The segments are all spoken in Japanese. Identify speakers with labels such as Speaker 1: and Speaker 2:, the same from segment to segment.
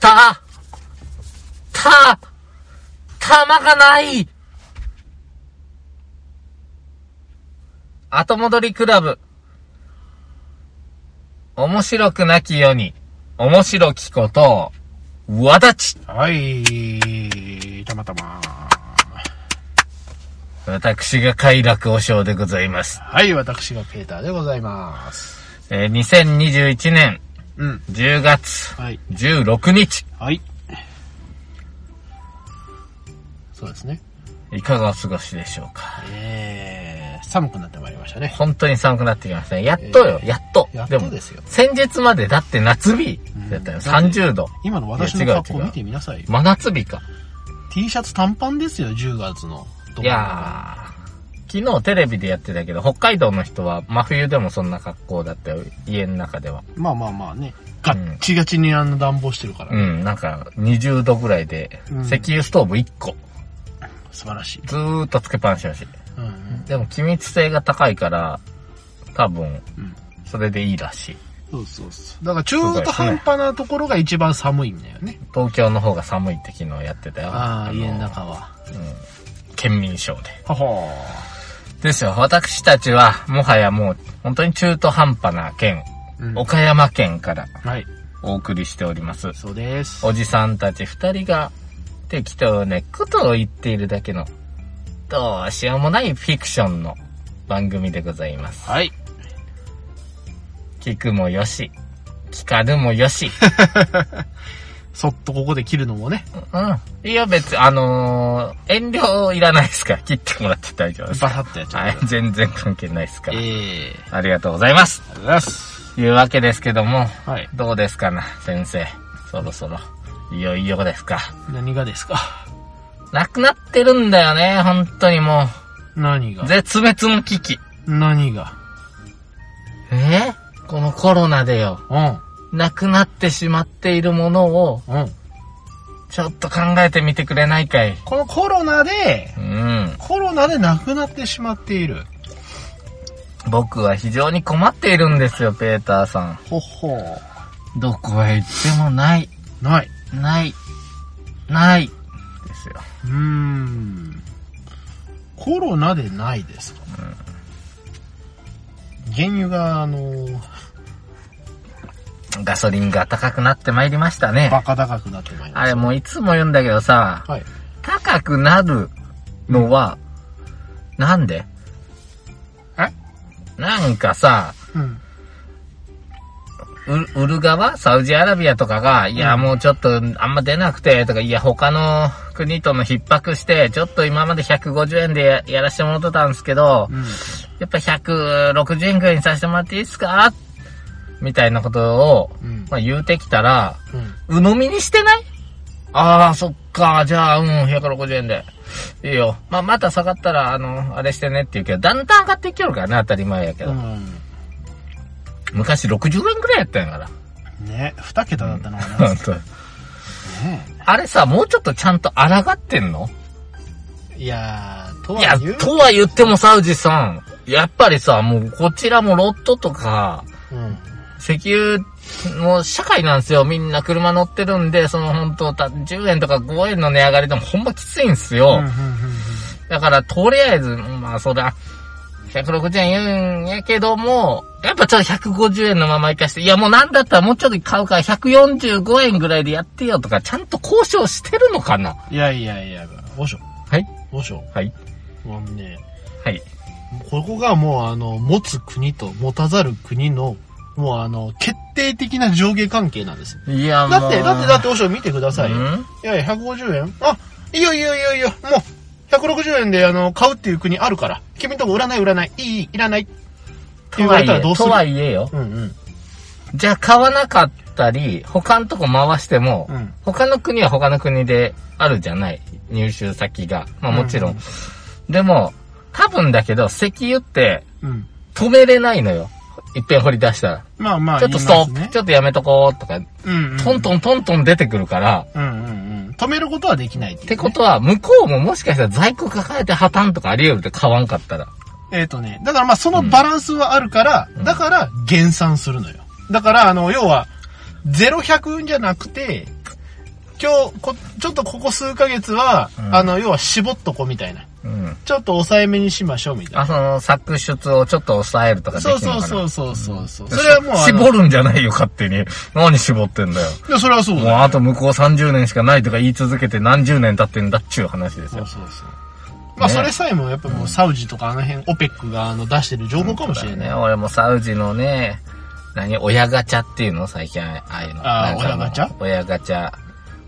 Speaker 1: た、た、玉がない後戻りクラブ。面白くなきように、面白きことを、わだち。
Speaker 2: はい、たまたま。
Speaker 1: 私が快楽和尚でございます。
Speaker 2: はい、私がペーターでございます。
Speaker 1: えー2021年
Speaker 2: うん。
Speaker 1: 10月
Speaker 2: はい。
Speaker 1: 16日、
Speaker 2: はい。そうですね。
Speaker 1: いかがお過ごしでしょうか。
Speaker 2: えー、寒くなってまいりましたね。
Speaker 1: 本当に寒くなってきましたね。やっとよ、
Speaker 2: えー
Speaker 1: やっと。
Speaker 2: やっとですよ
Speaker 1: も、先日までだって夏日だったよ。30度。
Speaker 2: 今の私
Speaker 1: いや
Speaker 2: の
Speaker 1: 違う
Speaker 2: 格好
Speaker 1: 違う
Speaker 2: 見てみなさいよ。
Speaker 1: 真夏日か。
Speaker 2: T シャツ短パンですよ、10月の。
Speaker 1: いやー、昨日テレビでやってたけど、北海道の人は真冬でもそんな格好だったよ。家の中では。
Speaker 2: まあまあまあね。ガッチガチにあの暖房してるから、
Speaker 1: う
Speaker 2: ね
Speaker 1: ん、なんか20度ぐらいで、
Speaker 2: うん
Speaker 1: 石油ストーブ1個。
Speaker 2: 素晴らしい。
Speaker 1: ずーっとつけっぱなしだし。
Speaker 2: うんうん。
Speaker 1: でも気密性が高いから、多分、
Speaker 2: うん
Speaker 1: それでいいらしい。
Speaker 2: そうそうそう。だから中途半端なところが一番寒いんだよね。
Speaker 1: 東京の方が寒いって昨日やってたよ。
Speaker 2: ああ、
Speaker 1: の
Speaker 2: 家の中は。
Speaker 1: 県民賞で。
Speaker 2: はは
Speaker 1: ですよ、私たちは、もはやもう、本当に中途半端な県、
Speaker 2: うん
Speaker 1: 岡山県から
Speaker 2: はい。
Speaker 1: お送りしております。
Speaker 2: そうです。
Speaker 1: おじさんたち二人が、適当なことを言っているだけの、どうしようもないフィクションの番組でございます。
Speaker 2: はい。
Speaker 1: 聞くもよし、聞かぬもよし。
Speaker 2: そっとここで切るのもね。
Speaker 1: うん。いや、別に、あのー遠慮いらないですから、切ってもらって大丈夫
Speaker 2: バ
Speaker 1: です。
Speaker 2: サッとやっちゃ
Speaker 1: は
Speaker 2: う
Speaker 1: い、。全然関係ないですから。
Speaker 2: ええ
Speaker 1: ありがとうございます。
Speaker 2: ありがとうございます。
Speaker 1: というわけですけども、
Speaker 2: はい。
Speaker 1: どうですかな、先生。そろそろ、いよいよですか。
Speaker 2: 何がですか
Speaker 1: なくなってるんだよね、本当にも
Speaker 2: 何が
Speaker 1: う。絶滅の危機。
Speaker 2: 何が
Speaker 1: えこのコロナでよ、
Speaker 2: う
Speaker 1: なくなってしまっているものを、
Speaker 2: ん。うん。
Speaker 1: ちょっと考えてみてくれないかい。
Speaker 2: このコロナで、
Speaker 1: うん。
Speaker 2: コロナで亡くなってしまっている。
Speaker 1: 僕は非常に困っているんですよ、ペーターさん。
Speaker 2: ほほ
Speaker 1: どこへ行ってもない、
Speaker 2: ない。
Speaker 1: ない、ない、ですよ。
Speaker 2: うーん。コロナでないですか、原油が、あのー、
Speaker 1: ガソリンが高くなってまいりましたね。
Speaker 2: バカ高くなってまいりま
Speaker 1: あ
Speaker 2: す
Speaker 1: れもういつも言うんだけどさ、
Speaker 2: はい。
Speaker 1: 高くなるのは、なんで
Speaker 2: え
Speaker 1: なんかさ、
Speaker 2: うん。
Speaker 1: う売る側サウジアラビアとかが、いや、もうちょっとあんま出なくて、とか、いや、他の国との逼迫して、ちょっと今まで150円でややらせてもらってたんですけど、
Speaker 2: うん。
Speaker 1: やっぱ160円くらいにさせてもらっていいですかみたいなことを、
Speaker 2: うん。
Speaker 1: まあ、言うてきたら、
Speaker 2: うん。
Speaker 1: 鵜呑みにしてないああ、そっか。じゃあ、うん、160円で。いいよ。まあ、また下がったら、あの、あれしてねって言うけど、だんだん上がっていきよるからね、当たり前やけど。昔60円くらいやったんやから。
Speaker 2: ね、二桁だったのかな。
Speaker 1: 本当に あれさ、もうちょっとちゃんと抗ってんの
Speaker 2: ねいやー、と
Speaker 1: いや
Speaker 2: は言う、
Speaker 1: とは言ってもサウジさん、やっぱりさ、もうこちらもロットとか、
Speaker 2: うん。
Speaker 1: 石油の社会なんですよ。みんな車乗ってるんで、その本当た10円とか5円の値上がりでもほんまきついんすよ。
Speaker 2: うんうん
Speaker 1: だから、とりあえず、まあ、そりゃ、160円言うんやけども、やっぱちょっと150円のまま生かして、いやもうなんだったらもうちょっと買うから145円ぐらいでやってよとか、ちゃんと交渉してるのかない
Speaker 2: やいやいや、おしょ、
Speaker 1: はい。
Speaker 2: おしょ。
Speaker 1: はい。
Speaker 2: もうね、
Speaker 1: はい。
Speaker 2: ここがもうあの、持つ国と持たざる国の、もうあの、決定的な上下関係なんですよ。
Speaker 1: いや、、
Speaker 2: だって、だって、だってて、おしょ見てくださいよ。
Speaker 1: うん
Speaker 2: いやいや、150円あ、いいよいいよいいよいいよ、もう、160円であの、買うっていう国あるから、君んとこ売らない売らない、いいいい、いらないって
Speaker 1: と
Speaker 2: 言わ
Speaker 1: は
Speaker 2: れ
Speaker 1: い
Speaker 2: たら
Speaker 1: え、
Speaker 2: どうす
Speaker 1: と
Speaker 2: る
Speaker 1: はいえよ。
Speaker 2: うんうん。
Speaker 1: じゃあ買わなかったり、他のとこ回しても、
Speaker 2: うん
Speaker 1: 他の国は他の国であるじゃない。入手先が。まあもちろん。
Speaker 2: うん
Speaker 1: でも、多分だけど、石油って、
Speaker 2: うん。
Speaker 1: 止めれないのよ。いっぺん掘り出したら。
Speaker 2: まあまあ、
Speaker 1: ちょっとストッ
Speaker 2: 言い
Speaker 1: プ、
Speaker 2: ますね
Speaker 1: ちょっとやめとこうとか、
Speaker 2: うんうん
Speaker 1: トントントントン出てくるから、
Speaker 2: うんうんうん。止めることはできないっていう
Speaker 1: って
Speaker 2: ね
Speaker 1: ことは、向こうももしかしたら在庫抱えて破綻とかあり得るって買わんかったら。
Speaker 2: えっ、とね、だからまあそのバランスはあるから、だから減産するのよ。だからあの、要は、0100じゃなくて、今日こ、ちょっとここ数ヶ月は、
Speaker 1: うん
Speaker 2: あの、要は絞っとこうみたいな。
Speaker 1: うん。
Speaker 2: ちょっと抑えめにしましょうみたいな。
Speaker 1: あ、その、作出をちょっと抑えるとかでき
Speaker 2: そう
Speaker 1: るのか
Speaker 2: そう
Speaker 1: な
Speaker 2: そうそうそうそう。それはもうあの、
Speaker 1: 絞るんじゃないよ、勝手に。何絞ってんだよ。
Speaker 2: いや、それはそうだ
Speaker 1: もう
Speaker 2: よ。
Speaker 1: あと向こう30年しかないとか言い続けて何十年経ってんだっちゅう話です
Speaker 2: そ
Speaker 1: よ
Speaker 2: う。そうそう。まあ、
Speaker 1: ね
Speaker 2: それさえも、やっぱもう、サウジとかあの辺、オペックがあの出してる情報かもしれない。
Speaker 1: ね。俺もサウジのね、何親ガチャっていうの最近ああいうの。
Speaker 2: あ
Speaker 1: な
Speaker 2: ー
Speaker 1: んかの
Speaker 2: 親ガチャ
Speaker 1: 親ガチャ。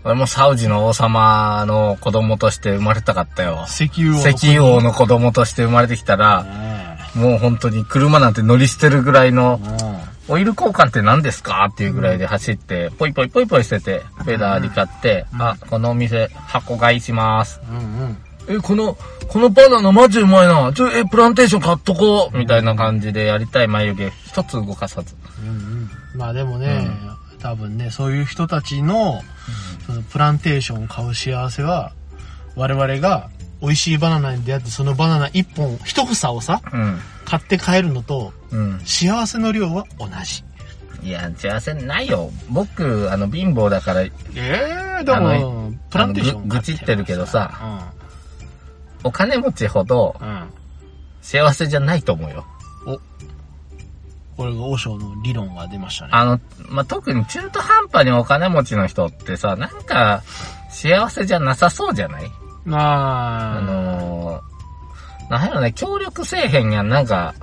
Speaker 1: 俺もサウジの王様の子供として生まれたかったよ。
Speaker 2: 石油王の。
Speaker 1: 石油王の子供として生まれてきたら、
Speaker 2: ね
Speaker 1: もう本当に車なんて乗り捨てるぐらいの
Speaker 2: え。、ね
Speaker 1: オイル交換って何ですかっていうぐらいで走って、ポイポイポイポイしてて、ベダーに買って、あ、このお店、箱買いします。
Speaker 2: えうんうん。
Speaker 1: え、この、このバナナマジうまいな。ちょ、え、プランテーション買っとこう。みたいな感じでやりたい眉毛、一つ動かさず。
Speaker 2: うんうんまあでもね、多分ねそういう人たちの,、そのプランテーションを買う幸せは我々が美味しいバナナに出会ってそのバナナ1本1房をさ
Speaker 1: うん。
Speaker 2: 買って帰るのと
Speaker 1: うん。
Speaker 2: 幸せの量は同じ
Speaker 1: いや、幸せないよ。僕、あの、貧乏だから、
Speaker 2: ええ
Speaker 1: でもプランテーション
Speaker 2: 買
Speaker 1: 愚痴ってるけどさ
Speaker 2: う
Speaker 1: お金持ちほど
Speaker 2: ん、うん、
Speaker 1: 幸せじゃないと思うよ。
Speaker 2: これが王将の理論が出ましたね
Speaker 1: あの、まあ、特に中途半端にお金持ちの人ってさ、なんか、幸せじゃなさそうじゃない
Speaker 2: ま
Speaker 1: あのー、なんやろね、協力せえへんやん、なんか、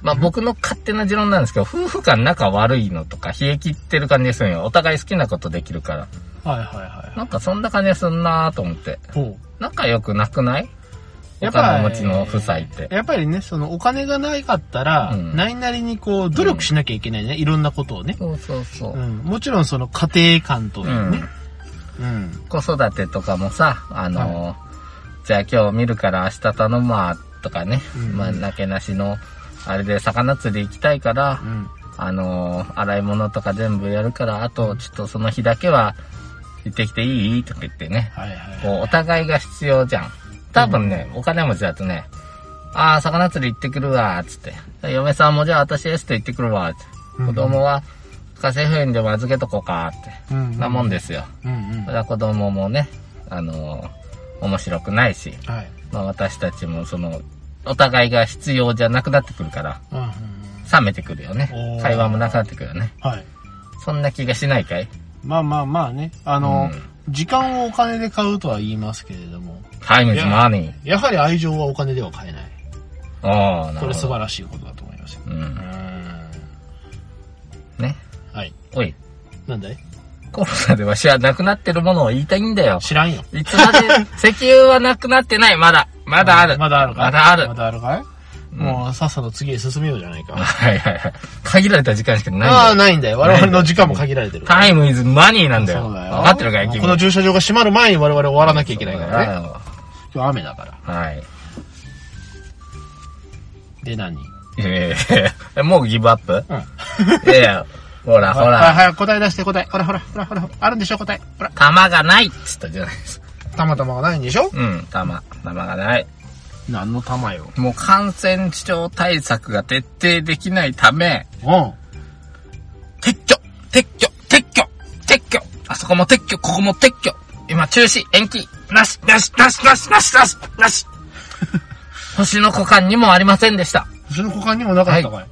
Speaker 1: まあ、僕の勝手な持論なんですけど、夫婦間仲悪いのとか、冷え切ってる感じがするんよ。お互い好きなことできるから。
Speaker 2: はいはいはい
Speaker 1: なんかそんな感じがすんなーと思って。
Speaker 2: ほう
Speaker 1: 仲良くなくないお金持ちの夫妻って。
Speaker 2: やっぱりね、そのお金がなかったら、
Speaker 1: うん
Speaker 2: ないなりにこう、努力しなきゃいけないね。いろんなことをね。
Speaker 1: そうそうそう
Speaker 2: う。ん。もちろんその家庭感と
Speaker 1: う
Speaker 2: いうね
Speaker 1: ん。。
Speaker 2: うん。
Speaker 1: 子育てとかもさ、あのーじゃあ今日見るから明日頼むわ、とかね。
Speaker 2: うん
Speaker 1: まあ、なけなしの、あれで魚釣り行きたいから、
Speaker 2: うん。
Speaker 1: あのー洗い物とか全部やるから、あと、ちょっとその日だけは、行ってきていいとか言ってね。
Speaker 2: はいはい
Speaker 1: こう、お互いが必要じゃん。多分ね、お金持ちだとね、ああ、魚釣り行ってくるわ、つって。嫁さんもじゃあ私ですって行ってくるわ、つって。
Speaker 2: うん
Speaker 1: 子供は、家政婦園でも預けとこうか、って。
Speaker 2: うん。
Speaker 1: なもんですよ。
Speaker 2: うんうん。
Speaker 1: そ
Speaker 2: は
Speaker 1: れは子供もね、あのー面白くないし、
Speaker 2: い。
Speaker 1: まあ私たちもその、お互いが必要じゃなくなってくるから、
Speaker 2: うんうんうん。
Speaker 1: 冷めてくるよね
Speaker 2: お。ー
Speaker 1: 会話もなくなってくるよね。
Speaker 2: はい。
Speaker 1: そんな気がしないかい
Speaker 2: まあまあまあね。あの、
Speaker 1: うん
Speaker 2: 時間をお金で買うとは言いますけれども、
Speaker 1: ?Time is
Speaker 2: いや
Speaker 1: money.
Speaker 2: やはり愛情はお金では買えない。
Speaker 1: ああ、な
Speaker 2: こ
Speaker 1: るほ
Speaker 2: れ素
Speaker 1: ど。
Speaker 2: 晴らしいことだと思いますよ。
Speaker 1: う。
Speaker 2: うんん。
Speaker 1: ね。
Speaker 2: はい。
Speaker 1: おい、
Speaker 2: なんだい
Speaker 1: コロナでわしはなくなってるものを言いたいんだよ。
Speaker 2: 知らんよ。
Speaker 1: いつまで、 石油はなくなってない、まだ。まだある。
Speaker 2: まだあるかい
Speaker 1: まだある
Speaker 2: ま。だあるかいもうさっさと次へ進めようじゃないか。
Speaker 1: はいはいはい。限られた時間しか ないん
Speaker 2: ああ、
Speaker 1: だよ。
Speaker 2: ないんだよ。我々の時間も限られてる。
Speaker 1: Time is money なんだよ。
Speaker 2: そうだよ。
Speaker 1: 分かってるかい君。
Speaker 2: この駐車場が閉まる前に我々終わらなきゃいけないからね。
Speaker 1: ね。
Speaker 2: 今日雨だから。
Speaker 1: はい。
Speaker 2: で何、うん、
Speaker 1: いやいやいやもうギブアッ プ
Speaker 2: ほら
Speaker 1: いやいや、ほらほら。
Speaker 2: 早く答え出して答え。ほらほらほらほら。あるんでしょ答え。ほら。
Speaker 1: 玉がないっつったじゃないですか。
Speaker 2: たまたまがないんでしょ
Speaker 1: うん、玉。玉がない。
Speaker 2: 何の玉よ。
Speaker 1: もう感染症対策が徹底できないため、
Speaker 2: うん。
Speaker 1: 撤去撤去撤去撤去あそこも撤去ここも撤去今中止延期なしなしなしなしなしなしなし 星の股間にもありませんでした。
Speaker 2: その股間にもなかったかい。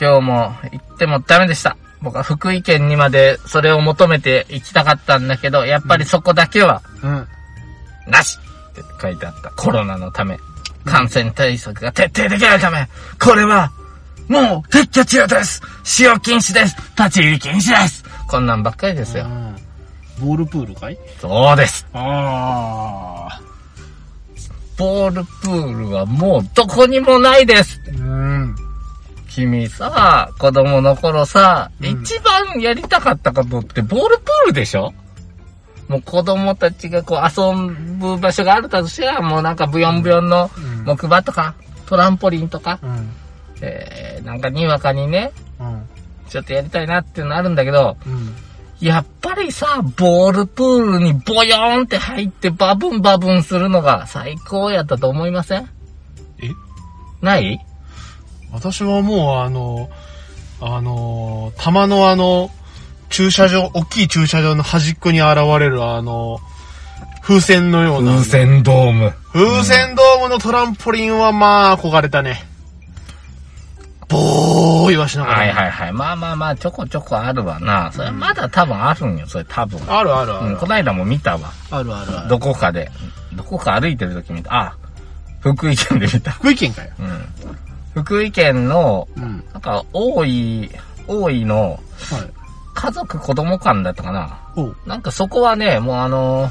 Speaker 1: 今日も行ってもダメでした。僕は福井県にまでそれを求めて行きたかったんだけど、やっぱりそこだけは、
Speaker 2: うん。
Speaker 1: なしって書いてあった。コロナのため、感染対策が徹底できないため、これは、もう撤去中です使用禁止です立ち入り禁止ですこんなんばっかりですよ。
Speaker 2: ボールプールかい
Speaker 1: そうです。
Speaker 2: ああ。
Speaker 1: ボールプールはもうどこにもないです
Speaker 2: うん。
Speaker 1: 君さ、子供の頃さ、
Speaker 2: うん
Speaker 1: 一番やりたかったことってボールプールでしょもう子供たちがこう遊ぶ場所があるとしたら、もうなんかブヨンブヨンの
Speaker 2: うん
Speaker 1: 木馬とか、トランポリンとか、
Speaker 2: うん。
Speaker 1: えー、なんかにわかにね、
Speaker 2: うん。
Speaker 1: ちょっとやりたいなっていうのあるんだけど、
Speaker 2: うん。
Speaker 1: やっぱりさ、ボールプールにボヨーンって入ってバブンバブンするのが最高やったと思いません
Speaker 2: え
Speaker 1: ない
Speaker 2: 私はもうあの、あの、玉のあの、駐車場、大きい駐車場の端っこに現れる、あの、風船のような。
Speaker 1: 風船ドーム。
Speaker 2: 風船ドームのトランポリンはまあ憧れたね。ボーイはしながら。
Speaker 1: はいはいはい。まあまあまあ、ちょこちょこあるわな。それまだ多分あるんよ、それ多分。
Speaker 2: あるあるある。
Speaker 1: うん、こないだも見たわ。
Speaker 2: あるあるある。
Speaker 1: どこかで。どこか歩いてる時見た。あ、福井県で見た。
Speaker 2: 福井県かよ。
Speaker 1: うん。福井県の、
Speaker 2: うん。
Speaker 1: なんか、大井、大井の、
Speaker 2: はい。
Speaker 1: 家族子供館だったかな。
Speaker 2: おう。
Speaker 1: なんかそこはね、もうあの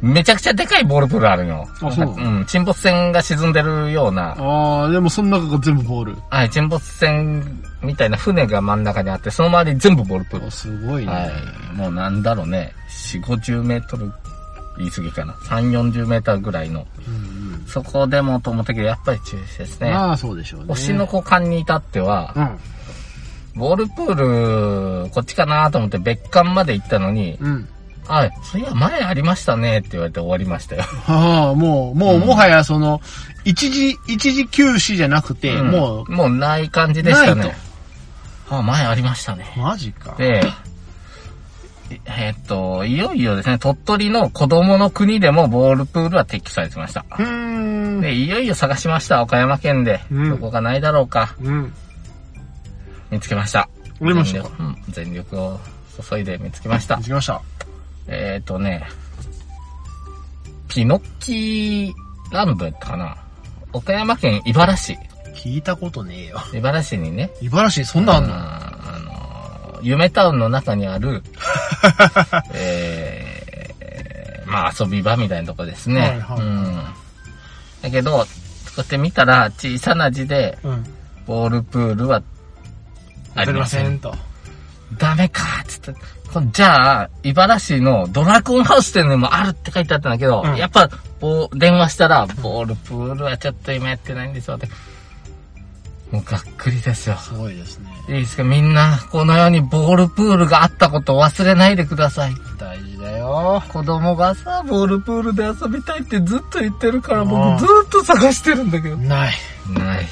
Speaker 1: めちゃくちゃでかいボールプールあるよ。
Speaker 2: あそうなの
Speaker 1: うん、沈没船が沈んでるような、
Speaker 2: あー、でもその中が全部ボール。
Speaker 1: はい、沈没船みたいな船が真ん中にあって、その周り全部ボールプール
Speaker 2: あ。すごいね。
Speaker 1: はい。もうなんだろうね、4、50メートル、言い過ぎかな。3、40メーターぐらいの。
Speaker 2: うんうん
Speaker 1: そこでもと思ったけど、やっぱり中止ですね。
Speaker 2: まあそうでしょうね。
Speaker 1: 推しの股間に至っては
Speaker 2: う、ん。
Speaker 1: ボールプール、こっちかなと思って別館まで行ったのに、
Speaker 2: うん。
Speaker 1: あ、そういや、前ありましたねって言われて終わりましたよ。
Speaker 2: はあ、もう、もう、もはやその、一時、一時休止じゃなくて、
Speaker 1: ん
Speaker 2: もう、
Speaker 1: もうない感じでした
Speaker 2: ない
Speaker 1: ね。あ、前ありましたね。
Speaker 2: マジか。
Speaker 1: で、ええっと、いよいよですね、鳥取の子供の国でもボールプールは撤去されてました。
Speaker 2: うーん。
Speaker 1: で、いよいよ探しました、岡山県で。
Speaker 2: うん
Speaker 1: どこがないだろうか。
Speaker 2: うん。
Speaker 1: 見つけました。
Speaker 2: 降りましたか
Speaker 1: 全力,、うん、全力を注いで見つけました
Speaker 2: 行。きました。
Speaker 1: えっ、ー、とね、ピノッキーランドやったかな。岡山県井原市。
Speaker 2: 聞いたことねえよ。
Speaker 1: 井原市にね、
Speaker 2: 茨城にそんなんあんの
Speaker 1: あのー、夢タウンの中にあ る、えー、まあ遊び場みたいなとこですね。
Speaker 2: はいはい
Speaker 1: うん。だけど、こうやって見たら小さな字で、
Speaker 2: うん。
Speaker 1: ボールプールはあ
Speaker 2: あ
Speaker 1: り
Speaker 2: り
Speaker 1: ま
Speaker 2: ま
Speaker 1: せ
Speaker 2: せ
Speaker 1: ん。
Speaker 2: んと。
Speaker 1: ダメかっつって。こじゃあ、茨城のドラゴンハウス店でもあるって書いてあったんだけど、
Speaker 2: うん
Speaker 1: やっぱ、ぼ電話したら、ボールプールはちょっと今やってないんですよって。もうがっくりですよ。
Speaker 2: すごいですね。
Speaker 1: いいですかみんな、この世にボールプールがあったことを忘れないでください。
Speaker 2: 大事だよ。
Speaker 1: 子供がさ、ボールプールで遊びたいってずっと言ってるから、
Speaker 2: うん
Speaker 1: 僕ずっと探してるんだけど。
Speaker 2: ない。
Speaker 1: ない。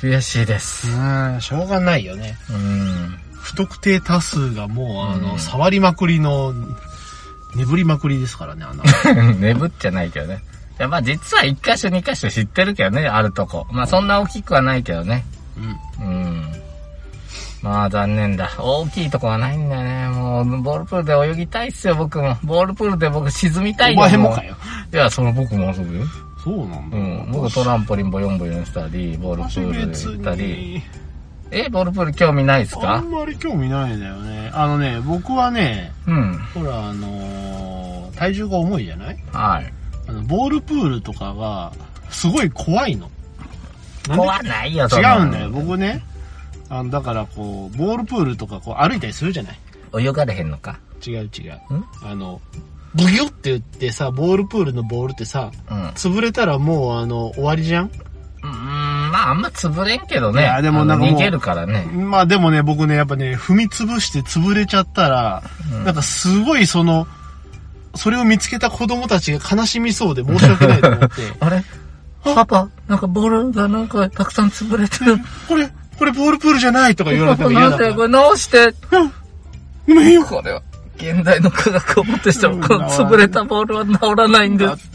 Speaker 1: 悔しいです。
Speaker 2: うん、しょうがないよね。
Speaker 1: うん。
Speaker 2: 不特定多数がもう、あの、
Speaker 1: うん
Speaker 2: 触りまくりの、眠りまくりですからね、あ の。
Speaker 1: 眠っちゃないけどね。いやまあ実は一箇所二箇所知ってるけどね、あるとこ。まあそんな大きくはないけどね。
Speaker 2: うん。
Speaker 1: うん。まあ残念だ。大きいとこはないんだよね。もう、ボールプールで泳ぎたいっすよ、僕も。ボールプールで僕沈みたい
Speaker 2: お
Speaker 1: よ。
Speaker 2: 前も
Speaker 1: う
Speaker 2: かよ。
Speaker 1: いや、その僕も遊ぶよ。
Speaker 2: そうなん
Speaker 1: う
Speaker 2: だ。
Speaker 1: ん。僕トランポリンボヨンボヨンしたり、ボールプ
Speaker 2: 私
Speaker 1: ー
Speaker 2: 別
Speaker 1: ル行ったり。
Speaker 2: に、
Speaker 1: え、ボールプール興味ないっす
Speaker 2: あ
Speaker 1: か
Speaker 2: んまり興味ないんだよね。あのね、僕はね、
Speaker 1: うん。
Speaker 2: ほら、あのー体重が重いじゃない
Speaker 1: はい。
Speaker 2: あの、ボールプールとかが、すごい怖いの。なんで
Speaker 1: 怖ないよ、そ
Speaker 2: 違
Speaker 1: な
Speaker 2: うんだよ。僕ね、あの、だからこう、ボールプールとかこう歩いたりするじゃない
Speaker 1: 泳がれへんのか。
Speaker 2: 違う違う。
Speaker 1: ん
Speaker 2: あの、ブギョって言ってさ、ボールプールのボールってさ、
Speaker 1: うん。
Speaker 2: 潰れたらもうあの、終わりじゃん
Speaker 1: うーんまあ、あんま潰れんけどね。
Speaker 2: いやでもなんか
Speaker 1: あの
Speaker 2: もう
Speaker 1: 逃げるからね。
Speaker 2: まあでもね、僕ね、やっぱね、踏み潰して潰れちゃったら、なんかすごいその、それを見つけた子供たちが悲しみそうで申し訳ないと 思って、
Speaker 1: あれパパ、なんかボールがなんかたくさん潰れてる。
Speaker 2: これ、これボールプールじゃないとか言わ
Speaker 1: パ
Speaker 2: れた
Speaker 1: パ
Speaker 2: ら
Speaker 1: な
Speaker 2: 嫌だ
Speaker 1: ん
Speaker 2: か
Speaker 1: でこ
Speaker 2: ら。
Speaker 1: れ直して。
Speaker 2: ごめんよ。
Speaker 1: これは、現代の科学をもってしても、この
Speaker 2: うん
Speaker 1: 潰れたボールは治らないんで
Speaker 2: だ
Speaker 1: す。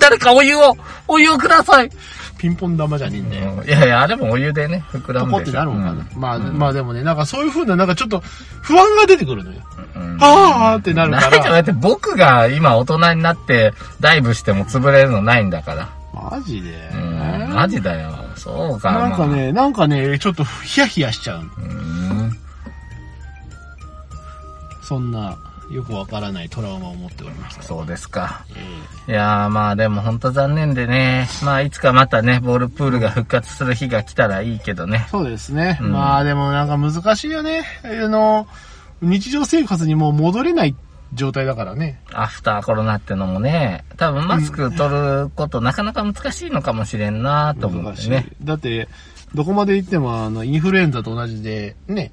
Speaker 1: 誰かお湯を、お湯をください。
Speaker 2: ピンポン玉じゃねえんだよ。
Speaker 1: いやいや、あれもお湯でね、膨ら
Speaker 2: と
Speaker 1: む
Speaker 2: こっ
Speaker 1: で
Speaker 2: て
Speaker 1: しょ。
Speaker 2: なるのかな、まあ、まあでもね、なんかそういう風な、なんかちょっと不安が出てくるのよ。
Speaker 1: うん
Speaker 2: あーってなるか
Speaker 1: ないじゃん。だ
Speaker 2: ら。
Speaker 1: って僕が今大人になってダイブしても潰れるのないんだから。
Speaker 2: マジで、
Speaker 1: うん、マジだよ。そうか。
Speaker 2: なんか
Speaker 1: まあ
Speaker 2: ね、なんかね、ちょっとヒヤヒヤしちゃうの。
Speaker 1: うん
Speaker 2: そんな、よくわからないトラウマを持っておりました。
Speaker 1: そうですか。
Speaker 2: ええ
Speaker 1: いやーまあでもほんと残念でね。まあいつかまたね、ボールプールが復活する日が来たらいいけどね。
Speaker 2: そうですね。
Speaker 1: うん
Speaker 2: まあでもなんか難しいよね。あの、日常生活にもう戻れない状態だからね。
Speaker 1: アフターコロナってのもね、多分マスク取ることなかなか難しいのかもしれんなと思っ
Speaker 2: 難
Speaker 1: て
Speaker 2: しい。
Speaker 1: ね。
Speaker 2: だって、どこまで行ってもあの、インフルエンザと同じで、ね、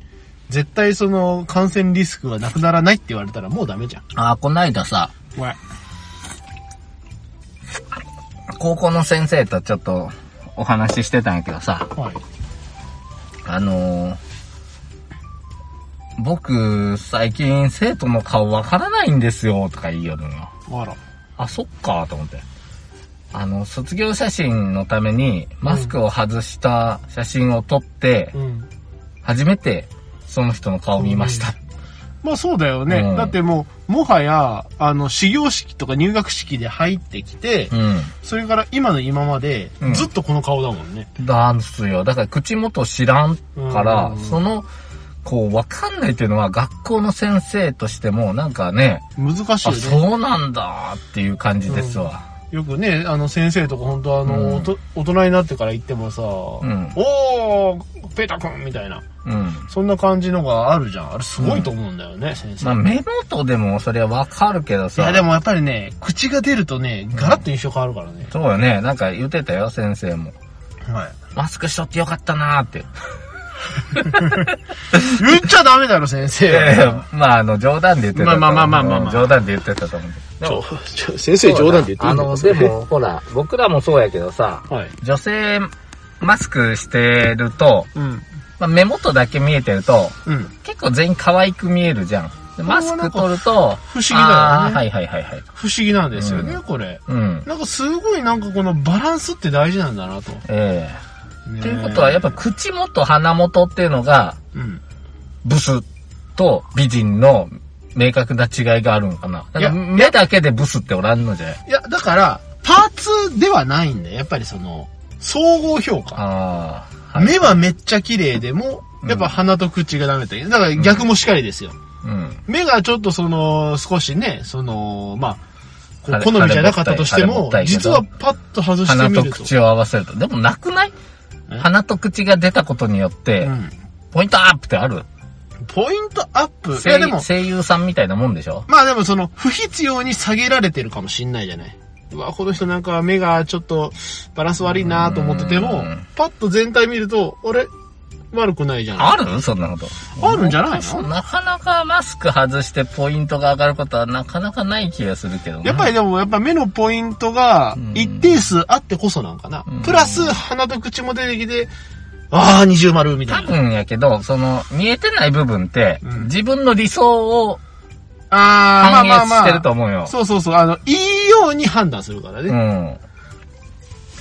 Speaker 2: 絶対その感染リスクはなくならないって言われたらもうダメじゃん。
Speaker 1: あー、こないださ、
Speaker 2: はい。
Speaker 1: 高校の先生とちょっとお話ししてたんやけどさ、
Speaker 2: はい。
Speaker 1: あのー僕、最近生徒の顔わからないんですよ、とか言いよるの。
Speaker 2: あら。
Speaker 1: あ、そっか、と思って。あの、卒業写真のために、マスクを外した写真を撮って、
Speaker 2: うん。
Speaker 1: 初めて、その人の顔を見ました。
Speaker 2: まあそうだよね。
Speaker 1: うん
Speaker 2: だってもう、もはや、あの、始業式とか入学式で入ってきて、
Speaker 1: う
Speaker 2: それから今の今まで
Speaker 1: う、ん
Speaker 2: ずっとこの顔だもんね。
Speaker 1: ん。ダンスよ。だから、口元知らんから、
Speaker 2: うん
Speaker 1: その、こう、わかんないっていうのは、学校の先生としても、なんかね、
Speaker 2: 難しい
Speaker 1: あ、
Speaker 2: よね。
Speaker 1: そうなんだっていう感じですわ。
Speaker 2: よくね、あの、先生とか本当あの、
Speaker 1: うん
Speaker 2: おと大人になってから行ってもさ、
Speaker 1: ん
Speaker 2: おー、ペータ君みたいな。
Speaker 1: うん
Speaker 2: そんな感じのがあるじゃん。あれすごいと思うんだよね、先
Speaker 1: ま
Speaker 2: 生。
Speaker 1: あ、目元でもそれはわかるけど
Speaker 2: い
Speaker 1: さ。
Speaker 2: やでもやっぱりね、口が出るとね、ガラッと印象変わるからね。
Speaker 1: そうよね。なんか言ってたよ、先生も。
Speaker 2: はい。
Speaker 1: マスクしとってよかったなーって。
Speaker 2: 言っちゃダメだろ、先生。
Speaker 1: いやいや まあ、あの、冗談で言ってたと思う。
Speaker 2: まあまあまあまあまあまあ
Speaker 1: 冗談で言ってたと思う。で
Speaker 2: ち
Speaker 1: も
Speaker 2: ょちょ先生冗談で言っていい
Speaker 1: あ
Speaker 2: んだよ
Speaker 1: の、で、も、ほら、僕らもそうやけどさ、
Speaker 2: はい。
Speaker 1: 女性、マスクしてると、
Speaker 2: うん。
Speaker 1: まあ、目元だけ見えてると、
Speaker 2: うん。
Speaker 1: 結構全員可愛く見えるじゃん。でマスク取ると、
Speaker 2: 不思議だよね
Speaker 1: あーはいはいはいはい。
Speaker 2: 不思議なんですよね、これ。
Speaker 1: うん。
Speaker 2: なんかすごいなんかこのバランスって大事なんだなと。
Speaker 1: ええ
Speaker 2: っ
Speaker 1: ということは、やっぱ、口元、鼻元っていうのが、
Speaker 2: うん。
Speaker 1: ブスと美人の明確な違いがあるのかな。だから
Speaker 2: いや
Speaker 1: 目だけでブスっておらんのじゃない
Speaker 2: いや、だから、パーツではないんだよ。やっぱりその、総合評価。
Speaker 1: ああ、はい。
Speaker 2: 目はめっちゃ綺麗でも、やっ
Speaker 1: うん
Speaker 2: ぱ鼻と口がダメだよ。だから逆もしかりですよ。
Speaker 1: うん。
Speaker 2: 目がちょっとその、少しね、その、ま
Speaker 1: 腫
Speaker 2: あ、
Speaker 1: れ
Speaker 2: こう好みじゃなかったとして
Speaker 1: 腫れも
Speaker 2: も
Speaker 1: った、いけど
Speaker 2: 実はパッと外して
Speaker 1: 鼻
Speaker 2: み
Speaker 1: と
Speaker 2: ると。
Speaker 1: 口を合わせると。でもなくない
Speaker 2: え
Speaker 1: 鼻と口が出たことによって、
Speaker 2: うん。
Speaker 1: ポイントアップってある
Speaker 2: ポイントアップ。い
Speaker 1: 声
Speaker 2: やでも、
Speaker 1: 声優さんみたいなもんでしょ
Speaker 2: まあでもその、不必要に下げられてるかもしんないじゃない。うわ、この人なんか目がちょっとバランス悪いなと思ってて
Speaker 1: う
Speaker 2: も
Speaker 1: ん、
Speaker 2: パッと全体見ると、あれ悪くないじゃん。
Speaker 1: あるそんなこと。
Speaker 2: あるんじゃない
Speaker 1: そう
Speaker 2: の
Speaker 1: なかなかマスク外してポイントが上がることはなかなかない気がするけどな
Speaker 2: やっぱりでも、やっぱ目のポイントが
Speaker 1: うん
Speaker 2: 一定数あってこそなんかな
Speaker 1: うん。
Speaker 2: プラス鼻と口も出てきて、ああ、二重丸みた
Speaker 1: 多
Speaker 2: いな。
Speaker 1: 分やけど、その、見えてない部分って、
Speaker 2: うん
Speaker 1: 自分の理想を
Speaker 2: ああ、まあ
Speaker 1: 反映
Speaker 2: まあま
Speaker 1: し
Speaker 2: あ。
Speaker 1: てると思うよ。
Speaker 2: そうそうそう。あの、いいように判断するからね。
Speaker 1: うん。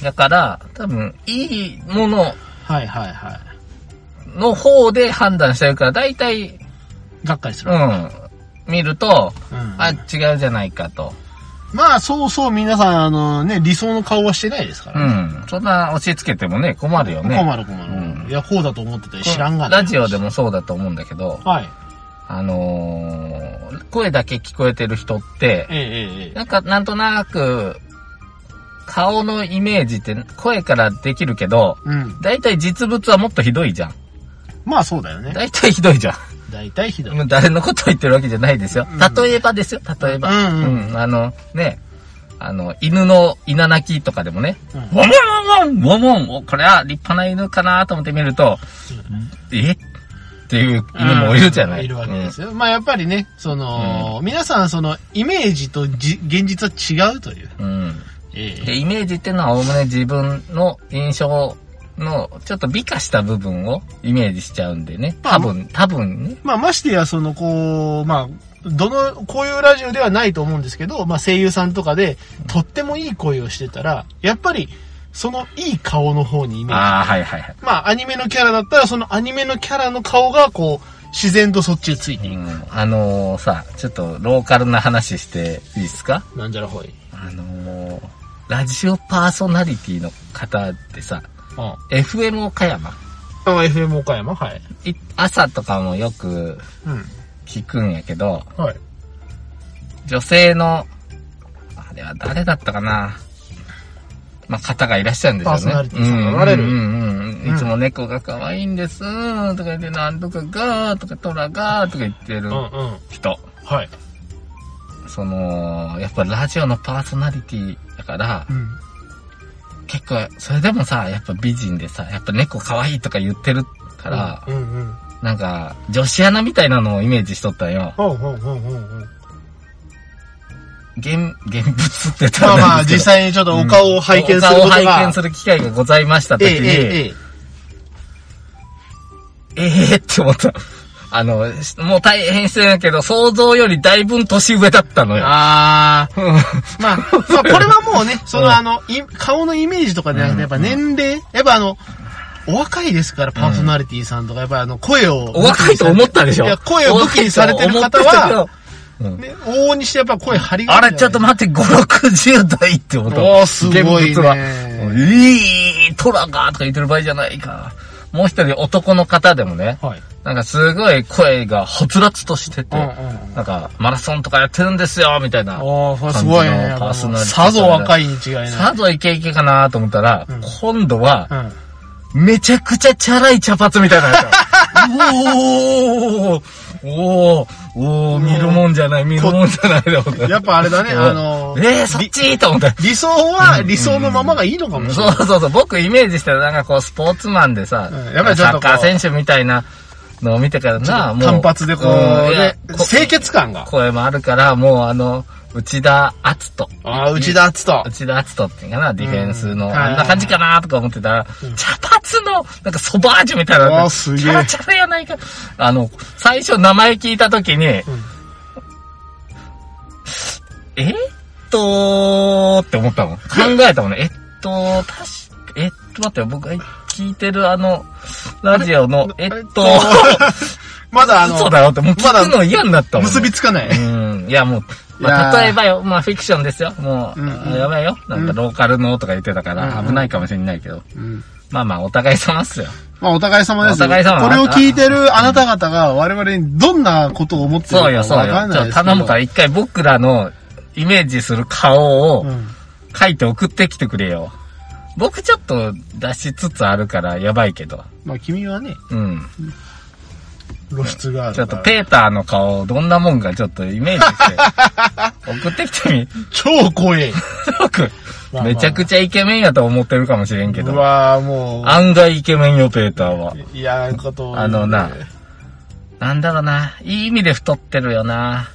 Speaker 1: だから、多分、いいもの
Speaker 2: はいはいは
Speaker 1: の方で判断してるから、大体、
Speaker 2: い。がっかりする。
Speaker 1: う
Speaker 2: うん
Speaker 1: ん、見ると、あ、
Speaker 2: ま
Speaker 1: 違うじゃないかと。
Speaker 2: あ、そうそう、皆さん、あのね、理想の顔はしてないですか
Speaker 1: う
Speaker 2: らね。
Speaker 1: ん。そんな押し付けてもね、困るよね。
Speaker 2: 困る困
Speaker 1: う
Speaker 2: る。いや、こうだと思ってたら知らんがな。
Speaker 1: ラジオで。もそうだと思うんだけど、
Speaker 2: はい。
Speaker 1: あのー声だけ聞こえてる人って
Speaker 2: え、えええええ。
Speaker 1: なんか、なんとなく、顔のイメージって声からできるけど、
Speaker 2: うん。
Speaker 1: だいたい実物はもっとひどいじゃん。
Speaker 2: まあそうだよね。
Speaker 1: だいたいひどいじゃん。
Speaker 2: 大体ひどい。
Speaker 1: もう誰のことを言ってるわけじゃないですよ
Speaker 2: うん。
Speaker 1: 例えばですよ、例えば。
Speaker 2: うんうん
Speaker 1: あの、ね、あの、犬の稲鳴きとかでもね、
Speaker 2: うん
Speaker 1: ワンワンワンワンワンおこれは立派な犬かなと思って見ると、えっていう犬もいるじゃない。
Speaker 2: うんいるわけですよ。まあやっぱりね、その、皆さんその、イメージとじ現実は違うという。
Speaker 1: うん。うん
Speaker 2: ええ
Speaker 1: で、イメージっていうのは、おおむね自分の印象の、ちょっと美化した部分をイメージしちゃうんでね。
Speaker 2: まあ
Speaker 1: 多分、多分ね。
Speaker 2: まあましてや、その、こう、まあ、どの、こういうラジオではないと思うんですけど、まあ声優さんとかで、とってもいい声をしてたら、やっぱり、そのいい顔の方にイメージ。
Speaker 1: ああ、はいはいはい。
Speaker 2: まあアニメのキャラだったら、そのアニメのキャラの顔が、こう、自然とそっちについていく。
Speaker 1: あのーさ、ちょっとローカルな話していいですか
Speaker 2: なんじゃらほい。
Speaker 1: あのーラジオパーソナリティの方ってさ、
Speaker 2: うん。あ、
Speaker 1: FM 岡山、
Speaker 2: FM 岡山はい。
Speaker 1: い朝とかもよく
Speaker 2: うん。
Speaker 1: 聞くんやけど、
Speaker 2: はい。
Speaker 1: 女性の、あれは誰だったかなまあ、方がいらっしゃるんですよね。
Speaker 2: パーソナリティさんが
Speaker 1: うん
Speaker 2: おられる
Speaker 1: うんうんうん。いつも猫が可愛いんです、とか言って、なんとかがー、とか虎がー、とか言ってる
Speaker 2: うんうん。
Speaker 1: 人。
Speaker 2: はい。
Speaker 1: その、やっぱラジオのパーソナリティだから
Speaker 2: う、ん。
Speaker 1: 結構、それでもさ、やっぱ美人でさ、やっぱ猫可愛いとか言ってるから、
Speaker 2: うんうん。
Speaker 1: なんか、女子アナみたいなのをイメージしとったんよ。
Speaker 2: ほうほうほうほうほう。
Speaker 1: 現、現物って言った
Speaker 2: ま
Speaker 1: ら
Speaker 2: あま
Speaker 1: な
Speaker 2: あ、
Speaker 1: んですけど
Speaker 2: 実際にちょっとお顔を拝見すること
Speaker 1: お顔を
Speaker 2: が。
Speaker 1: 拝見する機会がございました時
Speaker 2: ええ
Speaker 1: に、え
Speaker 2: ええええ。
Speaker 1: えーって思った。あの、もう大変してるんやけど、想像よりだいぶん年上だったのよ。
Speaker 2: あ
Speaker 1: うん
Speaker 2: ー。まあ、そうこれはもうね、そ
Speaker 1: うん
Speaker 2: のあの、い顔のイメージとかじゃなくて、やっぱ年齢、やっぱあの、お若いですから、パーソナリティさんとか、やっぱあの、声を。
Speaker 1: お若いと思ったでしょ
Speaker 2: いや、声を武器にされてる方は、、
Speaker 1: うん
Speaker 2: ね、往々にしてやっぱ声張りが
Speaker 1: あ
Speaker 2: る
Speaker 1: れ、ちょっと待って、5、60代ってこと。
Speaker 2: おーすごいね
Speaker 1: 現物は。いい、トラがーとか言ってる場合じゃないか。もう一人男の方でもね、
Speaker 2: はい。
Speaker 1: なんかすごい声がはつらつとしてて、
Speaker 2: うんうんうん
Speaker 1: なんかマラソンとかやってるんですよ、みたいな。
Speaker 2: おー、それすごい
Speaker 1: 感じ
Speaker 2: ね
Speaker 1: の。パーソナリティ
Speaker 2: さぞ若いに違いない。
Speaker 1: さぞイケイケかなと思ったら、
Speaker 2: ん
Speaker 1: 今度は
Speaker 2: う、ん。
Speaker 1: めちゃくちゃチャラい茶髪みたいなや つ。おーおーおー見るもんじゃない、見るもんじゃないだろうね
Speaker 2: やっぱあれだね、
Speaker 1: うん
Speaker 2: あの、
Speaker 1: えー、そっちと思って。
Speaker 2: 理想は理想のままがいいのかもしれ
Speaker 1: そう
Speaker 2: ない。
Speaker 1: そうそう、僕イメージしたらなんかこうスポーツマンでさ、
Speaker 2: うんやっぱりちょっ
Speaker 1: サ
Speaker 2: とこ
Speaker 1: ッ
Speaker 2: う
Speaker 1: カー選手みたいなのを見てからな、もう。
Speaker 2: 単発でこう、
Speaker 1: んいや
Speaker 2: ね
Speaker 1: こ
Speaker 2: 清潔感が。
Speaker 1: 声もあるから、もうあの、内田篤人。
Speaker 2: ああ、内田篤人。
Speaker 1: 内田篤人っていうかな、ディフェンスの、
Speaker 2: うん
Speaker 1: あんな感じかなとか思ってたら、茶髪の、なんかソバージュみたいな。
Speaker 2: わあすげえ
Speaker 1: チャラチャラやないか。あの、最初名前聞いたときに、えっとーって思ったもん。考えたもんね。えっと、確か、えっと、待ってよ、僕が聞いてるあの、ラジオの、えっと、
Speaker 2: まだあ
Speaker 1: 嘘
Speaker 2: の、
Speaker 1: だよって、もう聞くの嫌になったもん。
Speaker 2: 結びつかない。
Speaker 1: うん。いや、もう、ま
Speaker 2: い
Speaker 1: あ、
Speaker 2: やー
Speaker 1: 例えばよ、まあ、フィクションですよ。もう、
Speaker 2: うんうん
Speaker 1: あやばいよ。なんか、ローカルのとか言ってたか
Speaker 2: うん
Speaker 1: ら、
Speaker 2: うん
Speaker 1: 危ないかもしれないけど。
Speaker 2: うん
Speaker 1: まあまあ、お互い様っすよ。
Speaker 2: まあ、お互い様ですよ。
Speaker 1: お互い様
Speaker 2: これを聞いてるあなた方が我々にどんなことを思ってる
Speaker 1: そうよ、
Speaker 2: か
Speaker 1: そ
Speaker 2: わ
Speaker 1: う
Speaker 2: か
Speaker 1: よ。
Speaker 2: んないで
Speaker 1: ちょ
Speaker 2: すけど。
Speaker 1: 頼むから、一回僕らのイメージする顔を
Speaker 2: うん
Speaker 1: 書いて送ってきてくれよ。僕ちょっと出しつつあるから、やばいけど。
Speaker 2: まあ、君はね、
Speaker 1: うん。
Speaker 2: 露出があ
Speaker 1: ちょ
Speaker 2: る
Speaker 1: っ
Speaker 2: か
Speaker 1: と、
Speaker 2: ら。
Speaker 1: ペーターの顔、どんなもんか、ちょっとイメージし て。送ってきてみ。
Speaker 2: 超怖い。
Speaker 1: 僕
Speaker 2: まあまあ
Speaker 1: めちゃくちゃイケメンやと思ってるかもしれんけ
Speaker 2: う
Speaker 1: ど。
Speaker 2: わーも
Speaker 1: 案外イケメンよ、ペーターは。
Speaker 2: う、嫌なことを言うね
Speaker 1: あの ななんだろうな。いい意味で太ってるよな。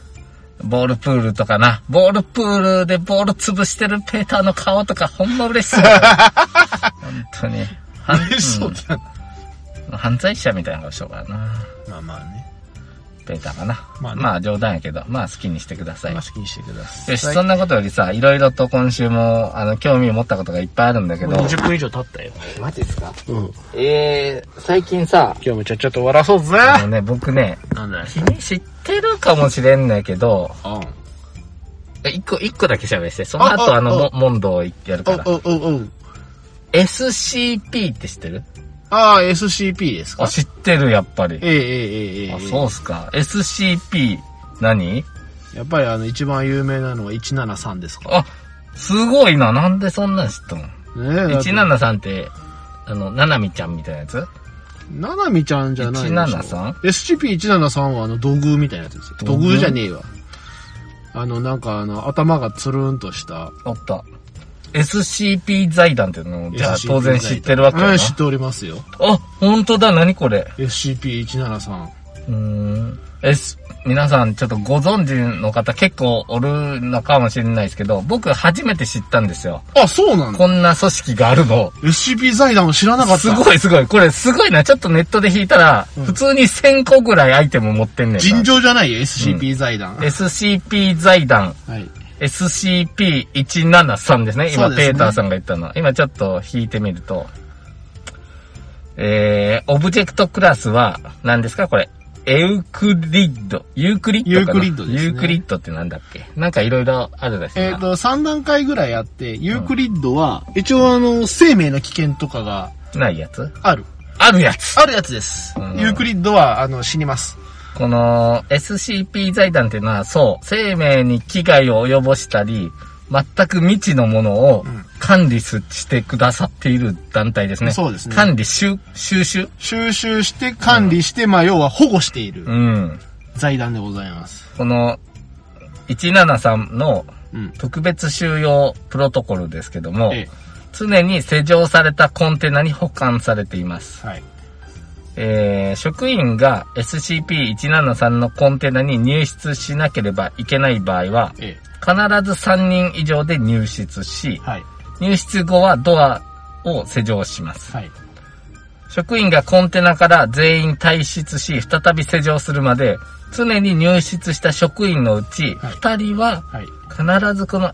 Speaker 1: ボールプールとかな。ボールプールでボール潰してるペーターの顔とかほんま嬉し そうだよ。本当に。は
Speaker 2: 嬉しそうだな。
Speaker 1: うん犯罪者みたいな顔しようからな。
Speaker 2: まあまあね。
Speaker 1: ペーターかな。ま
Speaker 2: ま
Speaker 1: あ、
Speaker 2: あね
Speaker 1: 冗談やけど、まあ好きにしてください。
Speaker 2: まあ
Speaker 1: よ
Speaker 2: 好きにしてください。
Speaker 1: し、そんなことよりさ、いろいろと今週も、あの、興味を持ったことがいっぱいあるんだけど。
Speaker 2: 20分以上経ったよ。
Speaker 1: マジですか
Speaker 2: うん。
Speaker 1: えー、最近さ、
Speaker 2: 今日もちゃっちゃと終わらそうぜ。
Speaker 1: あのね、僕ね、
Speaker 2: なんだ
Speaker 1: 君知ってるかもしれんないけど、
Speaker 2: うん。
Speaker 1: え一個、一個だけ喋らせて、その後
Speaker 2: あ
Speaker 1: あの、
Speaker 2: あ
Speaker 1: も問答をやるから。
Speaker 2: お、お、お、お。
Speaker 1: SCP って知ってる
Speaker 2: ああ、SCP です
Speaker 1: あ、
Speaker 2: か
Speaker 1: 知ってる、やっぱり。
Speaker 2: ええええええ
Speaker 1: あ、
Speaker 2: う。
Speaker 1: そうっすか。SCP、何
Speaker 2: やっぱりあの、一番有名なのは173ですか
Speaker 1: あ、すごいな。なんでそんなん知ったの
Speaker 2: ねえ。だって
Speaker 1: ?173 って、あの、ななみちゃんみたいなやつ
Speaker 2: ななみちゃんじゃないでしょ
Speaker 1: 173?
Speaker 2: SCP-173 はあの土偶みたいなやつですよ。
Speaker 1: 土
Speaker 2: 土
Speaker 1: 偶
Speaker 2: 偶じゃねえわ。あの、なんかあの、頭がつるんとした。
Speaker 1: おった。SCP 財団っていうのを、じゃあ
Speaker 2: SCP
Speaker 1: 当然知ってるわけや
Speaker 2: う、。
Speaker 1: なん
Speaker 2: 知っておりますよ。
Speaker 1: あ、本当だ。何これ。
Speaker 2: SCP-173。
Speaker 1: うーん。S、皆さんちょっとご存知の方結構おるのかもしれないですけど、僕初めて知ったんですよ。
Speaker 2: あ、そうなの
Speaker 1: こんな組織があるの。
Speaker 2: ?SCP 財団を知らなかった。
Speaker 1: すごいすごい。これすごいな。ちょっとネットで引いたら、普通に1000個ぐらいアイテム持ってんねんな。
Speaker 2: 尋常じゃないよ、SCP 財団。
Speaker 1: SCP 財団、
Speaker 2: はい。
Speaker 1: SCP-173 ですね。
Speaker 2: そ
Speaker 1: 今、
Speaker 2: うです
Speaker 1: ペー
Speaker 2: ね
Speaker 1: ターさんが言ったの。今ちょっと引いてみると、えー、オブジェクトクラスは、何ですかこれ。エウクリッド。ユークリッドかな
Speaker 2: ユークリッドですね
Speaker 1: ユークリッドってなんだっけなんかいろいろあるらしいな。
Speaker 2: えっ、と、3段階ぐらいあって、ユークリッドは、一応あの、生命の危険とかが
Speaker 1: ないやつ
Speaker 2: ある。
Speaker 1: あるやつ
Speaker 2: あるやつです。
Speaker 1: うん
Speaker 2: ユークリッドは、あの、死にます。
Speaker 1: この SCP 財団っていうのは、そう、生命に危害を及ぼしたり、全く未知のものを
Speaker 2: うん
Speaker 1: 管理すしてくださっている団体ですね。
Speaker 2: そうですね
Speaker 1: 管理、収、収集
Speaker 2: 収集して、管理して、まあ、要は保護している
Speaker 1: うん。
Speaker 2: 財団でございます。
Speaker 1: この、173の
Speaker 2: うん。
Speaker 1: 特別収容プロトコルですけども、
Speaker 2: え
Speaker 1: 常に施錠されたコンテナに保管されています。
Speaker 2: え、はい。
Speaker 1: えー職員が SCP-173 のコンテナに入室しなければいけない場合は、
Speaker 2: え
Speaker 1: 必ず3人以上で入室し
Speaker 2: え、、はい。
Speaker 1: 入室後はドアを施錠します。
Speaker 2: はい。
Speaker 1: 職員がコンテナから全員退出し、再び施錠するまで、常に入室した職員のうち、
Speaker 2: はい
Speaker 1: 2人は
Speaker 2: はい。
Speaker 1: 必ずこの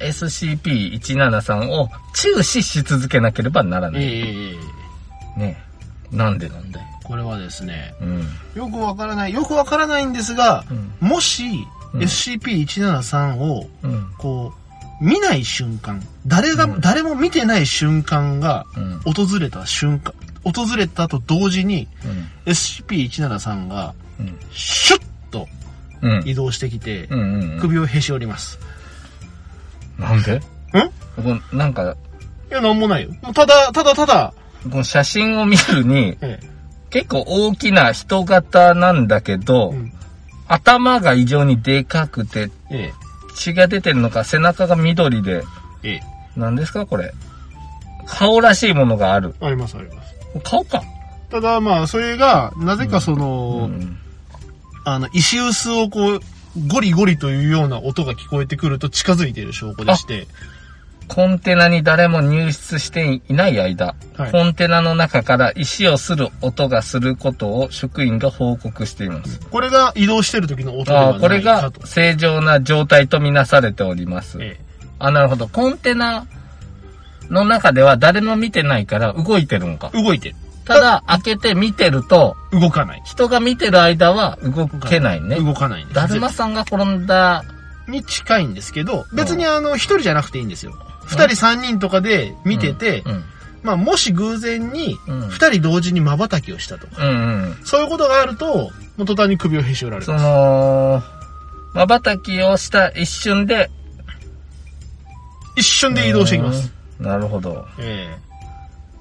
Speaker 1: SCP-173 を注視し続けなければならない。
Speaker 2: ええ
Speaker 1: ねえなんでなんだよ。
Speaker 2: これはですね、
Speaker 1: うん。
Speaker 2: よくわからない、よくわからないんですが、
Speaker 1: うん
Speaker 2: もし、
Speaker 1: うん
Speaker 2: SCP-173 を、
Speaker 1: うん。
Speaker 2: こう、見ない瞬間、誰が、
Speaker 1: うん
Speaker 2: 誰も見てない瞬間が、
Speaker 1: うん。
Speaker 2: 訪れた瞬間、訪れたと同時に、
Speaker 1: うん。
Speaker 2: SCP-173 が、
Speaker 1: うん。
Speaker 2: シュッと
Speaker 1: うん。
Speaker 2: 移動してきて
Speaker 1: う、んうんうん。
Speaker 2: 首をへし折ります。
Speaker 1: なんで
Speaker 2: ん
Speaker 1: このなんか、
Speaker 2: いや、なんもないよ。もうただ、ただただ、
Speaker 1: この写真を見るに、
Speaker 2: ええ
Speaker 1: 結構大きな人型なんだけど、
Speaker 2: うん
Speaker 1: 頭が異常にでかくて、
Speaker 2: え
Speaker 1: 血が出てるのか、背中が緑で、
Speaker 2: えええ
Speaker 1: 何ですかこれ。顔らしいものがある。
Speaker 2: ありますあります。
Speaker 1: 顔か。
Speaker 2: ただまあ、それが、なぜかその、
Speaker 1: うん
Speaker 2: あの、石臼をこう、ゴリゴリというような音が聞こえてくると近づいている証拠でして、
Speaker 1: コンテナに誰も入室していない間、
Speaker 2: はい
Speaker 1: コンテナの中から石をする音がすることを職員が報告しています。
Speaker 2: これが移動してる時の音で
Speaker 1: あ
Speaker 2: は
Speaker 1: あ、こ
Speaker 2: な
Speaker 1: れ
Speaker 2: いか
Speaker 1: が
Speaker 2: と。
Speaker 1: 正常な状態とみなされております。
Speaker 2: ええ
Speaker 1: あ、なるほど。コンテナの中では誰も見てないから動いてるんか。
Speaker 2: 動いてる。
Speaker 1: ただ、開けて見てると、
Speaker 2: 動かない。
Speaker 1: 人が見てる間は動けないね。
Speaker 2: 動かないんです。
Speaker 1: だるまさんが転んだ、
Speaker 2: に近いんですけど、別にあの、一人じゃなくていいんですよ。二人三人とかで見てて、
Speaker 1: うん。
Speaker 2: まあ、もし偶然に
Speaker 1: うん、
Speaker 2: 二人同時に瞬きをしたとか、
Speaker 1: うんうん。
Speaker 2: そういうことがあると、もう途端に首をへし折られ
Speaker 1: そ
Speaker 2: る。
Speaker 1: の、瞬きをした一瞬で、
Speaker 2: 一瞬で移動していきます。
Speaker 1: うん。なるほど。
Speaker 2: え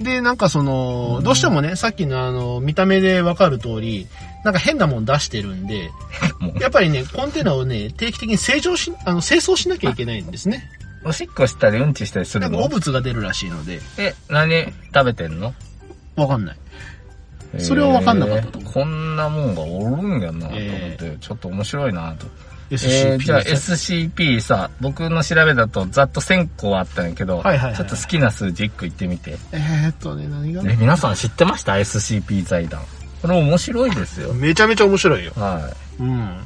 Speaker 2: えで、なんかその、どうしてもね、さっきのあの、見た目でわかる通り、なんか変なもん出してるんで
Speaker 1: も、う
Speaker 2: やっぱりね、コンテナをね、定期的に清浄し、あの、清掃しなきゃいけないんですね。
Speaker 1: おしっこしたりうんちしたりす
Speaker 2: な
Speaker 1: る
Speaker 2: んか
Speaker 1: の
Speaker 2: 汚物が出るらしいので、
Speaker 1: え、何食べてんの
Speaker 2: わかんない。それは分かんなかったと
Speaker 1: えーこんなもんがおるんやなと思って、
Speaker 2: え
Speaker 1: ちょっと面白いなと。
Speaker 2: SCP
Speaker 1: えー、じゃあ
Speaker 2: です
Speaker 1: SCP さ、僕の調べだとざっと1000個あったんやけど、
Speaker 2: はいはいはい
Speaker 1: ちょっと好きな数字1個言ってみて。
Speaker 2: えーっとね、何が
Speaker 1: え、皆さん知ってました ?SCP 財団。これ面白いですよ。
Speaker 2: めちゃめちゃ面白いよ。
Speaker 1: は
Speaker 2: うん。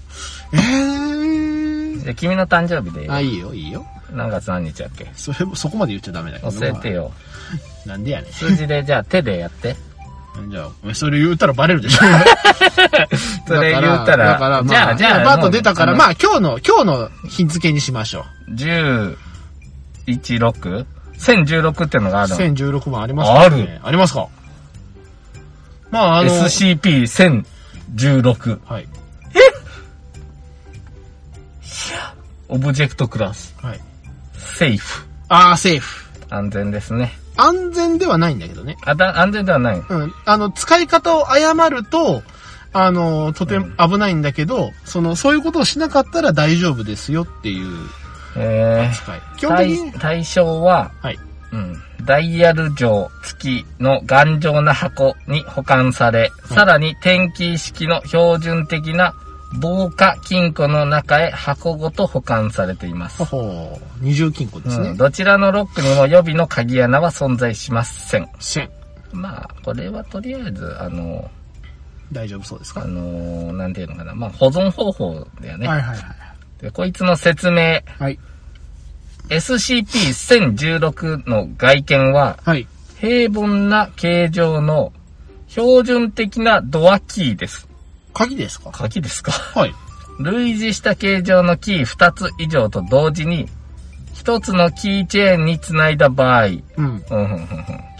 Speaker 2: えー
Speaker 1: い。。じゃあ君の誕生日で
Speaker 2: あ、いいよ、いいよ。
Speaker 1: 何月何日やっけ
Speaker 2: それも、そこまで言っちゃダメだけど。
Speaker 1: 教えてよ。
Speaker 2: なんでやねん
Speaker 1: 数字でじゃあ手でやって。
Speaker 2: じゃあ、お前それ言うたらバレるでしょ。
Speaker 1: それ言うたら
Speaker 2: だから、
Speaker 1: じゃあ
Speaker 2: ま
Speaker 1: じゃあ
Speaker 2: バート出たから、
Speaker 1: もう
Speaker 2: まあ今日の、今日の日付にしましょ
Speaker 1: 10、16 ?1016 ってのがあ
Speaker 2: う。
Speaker 1: るの。
Speaker 2: 1016番ありますか、ね、
Speaker 1: ある。
Speaker 2: ありますかまああの、
Speaker 1: SCP-1016。
Speaker 2: はい。
Speaker 1: オブジェクトクラス。
Speaker 2: はい。
Speaker 1: セーフ。
Speaker 2: あー、セーフ。
Speaker 1: 安全ですね。
Speaker 2: 安全ではないんだけどね。
Speaker 1: あだ、安全ではない。
Speaker 2: うん。あの、使い方を誤ると、あの、とても危ないんだけど、その、そういうことをしなかったら大丈夫ですよっていう
Speaker 1: え
Speaker 2: 扱い。基
Speaker 1: ー、
Speaker 2: 本
Speaker 1: 対
Speaker 2: 的に、
Speaker 1: 対象は、
Speaker 2: はい。
Speaker 1: うん、ダイヤル錠付きの頑丈な箱に保管され、さらに転記式の標準的な防火金庫の中へ箱ごと保管されています
Speaker 2: ほ。ほう、二重金庫です
Speaker 1: うん
Speaker 2: ね。
Speaker 1: どちらのロックにも予備の鍵穴は存在しません。
Speaker 2: 千
Speaker 1: まあ、これはとりあえず、あの、
Speaker 2: 大丈夫そうですか
Speaker 1: あの、なんていうのかな。まあ、保存方法だよね。
Speaker 2: はいはいはい。
Speaker 1: でこいつの説明。
Speaker 2: はい。
Speaker 1: SCP-1016 の外見は、
Speaker 2: はい。
Speaker 1: 平凡な形状の標準的なドアキーです。
Speaker 2: 鍵ですか
Speaker 1: 鍵ですか
Speaker 2: はい。
Speaker 1: 類似した形状のキー2つ以上と同時に、1つのキーチェーンにつないだ場合、
Speaker 2: うん。
Speaker 1: うんうんうんうん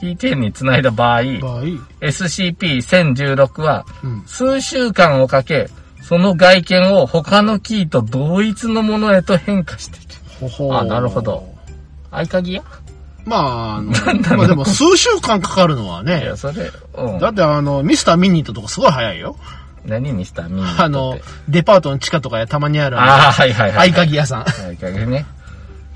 Speaker 1: キーチェーンにつないだ場合、
Speaker 2: 場合、
Speaker 1: SCP-1016 は
Speaker 2: うん。
Speaker 1: 数週間をかけ、その外見を他のキーと同一のものへと変化していく。
Speaker 2: ほほう
Speaker 1: あなるほど。合鍵や
Speaker 2: ま あ、あの、まあでも数週間かかるのはいね
Speaker 1: や、、それ、うん。
Speaker 2: だってあの、ミスターミニットとかすごい早いよ。
Speaker 1: 何にしたみんなにとって。
Speaker 2: あの、デパートの地下とかやたまにあるあ
Speaker 1: ああ、はいはい
Speaker 2: の
Speaker 1: はい。
Speaker 2: 合鍵屋さん。
Speaker 1: 合鍵ね。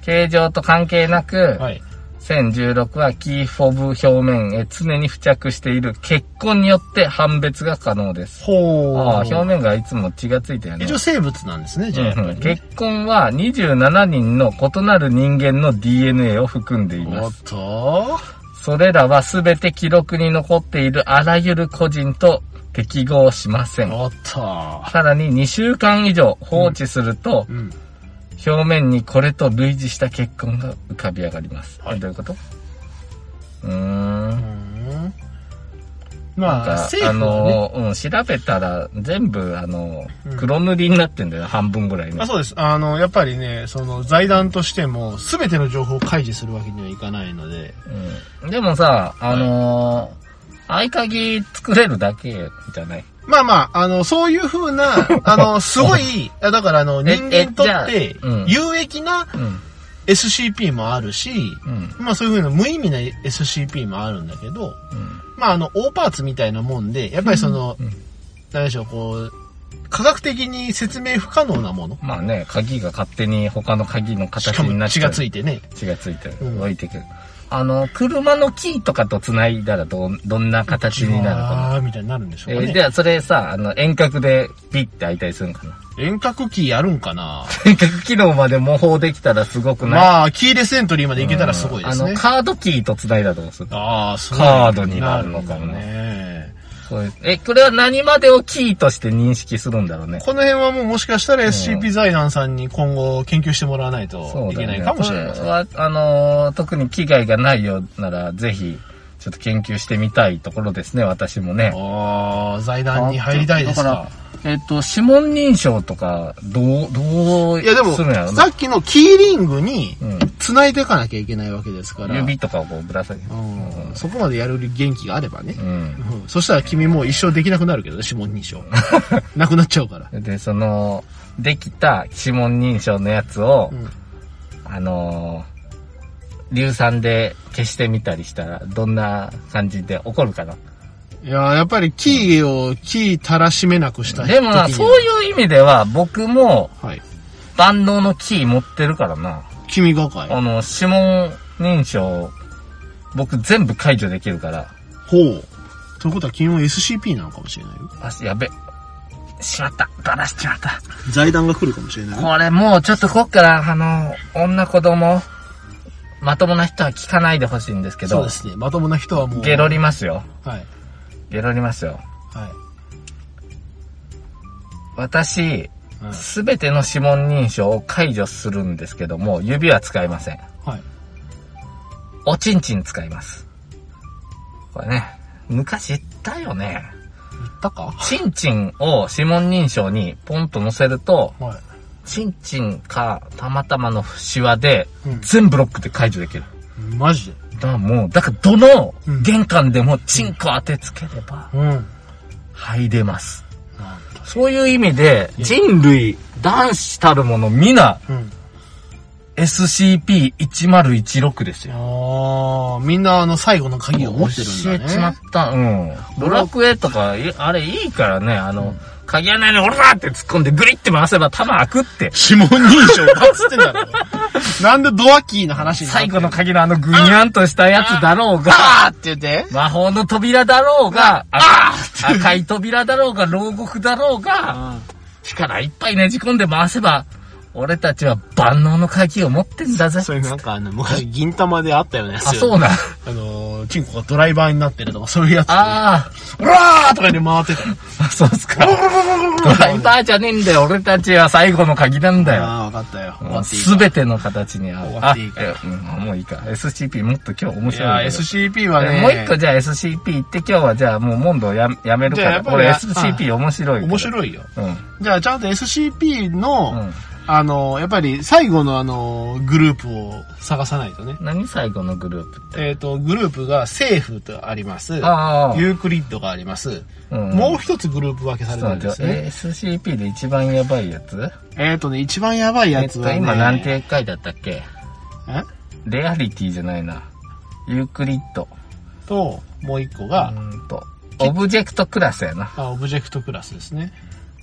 Speaker 1: 形状と関係なく、
Speaker 2: はい。
Speaker 1: 1016はキーフォブ表面へ常に付着している血痕によって判別が可能です。
Speaker 2: ほう。
Speaker 1: ああ、表面がいつも血がついてるね
Speaker 2: 一応。生物なんですね、じゃあやっぱり、ね
Speaker 1: 結。婚は27人の異なる人間の DNA を含んでい
Speaker 2: お
Speaker 1: ま
Speaker 2: っ
Speaker 1: す。
Speaker 2: と
Speaker 1: それらは全て記録に残っているあらゆる個人と適合しません。
Speaker 2: おっと。
Speaker 1: さらに2週間以上放置すると、
Speaker 2: うん。
Speaker 1: 表面にこれと類似した血痕が浮かび上がります。
Speaker 2: はい
Speaker 1: えどういうことう
Speaker 2: う
Speaker 1: ーん。
Speaker 2: ん。
Speaker 1: なん
Speaker 2: まあ、
Speaker 1: か
Speaker 2: 政
Speaker 1: あ
Speaker 2: 府はね。
Speaker 1: の、うん、調べたら全部、あの
Speaker 2: うん、
Speaker 1: 黒塗りになってんだよ、半分ぐらいね
Speaker 2: あ。そうです。あの、やっぱりね、その財団としても、すべての情報を開示するわけにはいかないので、
Speaker 1: うんでもさ、あのー合鍵作れるだけじゃない
Speaker 2: まあまあ、あの、そういうふ うな、あの、すごい、いやだからあの、
Speaker 1: え
Speaker 2: 人間にとっ
Speaker 1: え
Speaker 2: て
Speaker 1: じゃあうん、
Speaker 2: 有益な
Speaker 1: うん。
Speaker 2: SCP もあるし、
Speaker 1: うん。
Speaker 2: まあそういうふうな無意味な SCP もあるんだけど、
Speaker 1: うん。
Speaker 2: まああの、大パーツみたいなもんで、やっぱりその、
Speaker 1: うん
Speaker 2: 何でしょう、こう、科学的に説明不可能なもの。
Speaker 1: まあね、鍵が勝手に他の鍵の
Speaker 2: し
Speaker 1: 形
Speaker 2: か
Speaker 1: にな
Speaker 2: も
Speaker 1: っち
Speaker 2: 血
Speaker 1: ゃう。
Speaker 2: がついてね。
Speaker 1: 血がついてる。
Speaker 2: うん
Speaker 1: 置いてくる。あの、車のキーとかと繋いだらどん、どんな形になるか
Speaker 2: あーみたいになるんでし
Speaker 1: な。え
Speaker 2: ょうか
Speaker 1: ー
Speaker 2: ね。
Speaker 1: じゃあそれさ、あの、遠隔でピッて開いたりするんかな。
Speaker 2: 遠隔キーやるんかな
Speaker 1: 遠隔機能まで模倣できたらすごくない、
Speaker 2: まあ、キーレスエントリーまでいけたらすごいです
Speaker 1: あ
Speaker 2: ね
Speaker 1: の、。カードキーと繋いだと思うんでする
Speaker 2: ああ、すごい。
Speaker 1: カードになるのかもね
Speaker 2: るんだね。
Speaker 1: そうですえ、これは何までをキーとして認識するんだろうね。
Speaker 2: この辺はもうもしかしたら SCP 財団さんに今後研究してもらわないといけないかもしれません。
Speaker 1: こは、あのー特に危害がないようなら、ぜひ、ちょっと研究してみたいところですね、私もね。
Speaker 2: ああ、財団に入りたいです
Speaker 1: だ
Speaker 2: か
Speaker 1: か。ら、えっ、と、指紋認証とか、どう、どう、
Speaker 2: いやでも、
Speaker 1: するんやろ
Speaker 2: さっきのキーリングに
Speaker 1: うん
Speaker 2: 繋いでいかなきゃいけないわけですから。
Speaker 1: 指とかをこうぶら下げる
Speaker 2: う。んそこまでやる元気があればね
Speaker 1: う。ん。
Speaker 2: うんそしたら君もう一生できなくなるけどね、指紋認 証。なくなっちゃうから。
Speaker 1: で、その、できた指紋認証のやつを、
Speaker 2: うん
Speaker 1: あのー、硫酸で消してみたりしたら、どんな感じで怒るかな。
Speaker 2: いやーやっぱりキーを、キーたらしめなくした
Speaker 1: でもな、
Speaker 2: 時に
Speaker 1: そういう意味では、僕も、
Speaker 2: はい。
Speaker 1: 万能のキー持ってるからな。
Speaker 2: 君がかい。
Speaker 1: あの、指紋認証、僕全部解除できるから。
Speaker 2: ほう。ということは君も SCP なのかもしれないよ。
Speaker 1: あ、やべ。しまった。ばらしちまった。
Speaker 2: 財団が来るかもしれないよ。
Speaker 1: これもうちょっとこっから、あの、女子供、まともな人は聞かないでほしいんですけ
Speaker 2: そう
Speaker 1: ど
Speaker 2: で、すね。まともな人はもう。
Speaker 1: ゲロりますよ。
Speaker 2: はい。
Speaker 1: ゲロりますよ。
Speaker 2: はい。
Speaker 1: 私、
Speaker 2: うん
Speaker 1: すべての指紋認証を解除するんですけども、指は使いません。
Speaker 2: はい。
Speaker 1: おちんちん使います。これね、昔言ったよね。
Speaker 2: 言ったか
Speaker 1: チンチンを指紋認証にポンと乗せると、
Speaker 2: はい。
Speaker 1: チンチンかたまたまのシワで
Speaker 2: うん、
Speaker 1: 全ブロックで解除できる。
Speaker 2: マジで。
Speaker 1: だからもう、だからどの
Speaker 2: うん
Speaker 1: 玄関でもチンコ当てつければ、
Speaker 2: うん。なん
Speaker 1: 入れます。
Speaker 2: と
Speaker 1: そういう意味で、人類、男子たるもの皆、
Speaker 2: うん。
Speaker 1: SCP-1016 ですよ。
Speaker 2: ああ、みんなあの最後の鍵を持って
Speaker 1: 教
Speaker 2: る
Speaker 1: え
Speaker 2: ん
Speaker 1: ちま
Speaker 2: だ
Speaker 1: っ
Speaker 2: ね。
Speaker 1: た。うん。ドラクエとか、いあれいいからね、あの、鍵穴にオラーって突っ込んでグリって回せば弾開くって。
Speaker 2: 指紋認証だっつってんだろ。 なんでドアキーの話になって
Speaker 1: 最
Speaker 2: ん
Speaker 1: 後の鍵のあのグニャンとしたやつだろうが、
Speaker 2: あーって言って。
Speaker 1: 魔法の扉だろうが、あ赤い扉だろうが、牢獄だろうが、力いっぱいねじ込んで回せば、俺たちは万能の鍵を持ってんだぜ。
Speaker 2: それなんかあの、昔銀玉であったよね。
Speaker 1: あ、そうなん。
Speaker 2: あのー、チンコがドライバーになってるとか、そういうやつ。
Speaker 1: あ
Speaker 2: うわーとかで回ってたよ。
Speaker 1: あ、 そうっすか。ドライバーじゃねえんだよ。俺たちは最後の鍵なんだよ。
Speaker 2: ああ、わかったよ。
Speaker 1: すべての形に合う。
Speaker 2: 終わ
Speaker 1: あ
Speaker 2: っていいか
Speaker 1: えうんもういいか。SCP もっと今日面
Speaker 2: い
Speaker 1: 白いんだ
Speaker 2: やー、
Speaker 1: けど。
Speaker 2: SCP はね、
Speaker 1: もう一個じゃあ SCP 行って今日はじゃあもうモンドをややめるか
Speaker 2: じゃあや
Speaker 1: ら。
Speaker 2: っぱり
Speaker 1: これ
Speaker 2: あ
Speaker 1: SCP 面白いから。
Speaker 2: 面白いよ。
Speaker 1: うん。
Speaker 2: じゃあ、ちゃんと SCP の、
Speaker 1: うん。
Speaker 2: あのー、やっぱり最後のあのー、グループを探さないとね。
Speaker 1: 何最後のグループって。
Speaker 2: えっ、と、グループが政府とあります。
Speaker 1: ああ。
Speaker 2: ユークリッドがあります。
Speaker 1: うん
Speaker 2: もう一つグループ分けさ
Speaker 1: ち
Speaker 2: れ
Speaker 1: ょっ
Speaker 2: てるん
Speaker 1: と
Speaker 2: です
Speaker 1: 待っ
Speaker 2: ね。
Speaker 1: て、SCP で一番やばいやつ
Speaker 2: えっ、とね、一番やばい
Speaker 1: え
Speaker 2: や
Speaker 1: っ
Speaker 2: つ
Speaker 1: と
Speaker 2: は、ね、
Speaker 1: 今何て書いてあったっけ
Speaker 2: え
Speaker 1: レアリティじゃないな。ユークリッド。
Speaker 2: と、もう一個
Speaker 1: う
Speaker 2: が、
Speaker 1: ーんと。オブジェクトクラスやな。
Speaker 2: あオブジェクトクラスですね。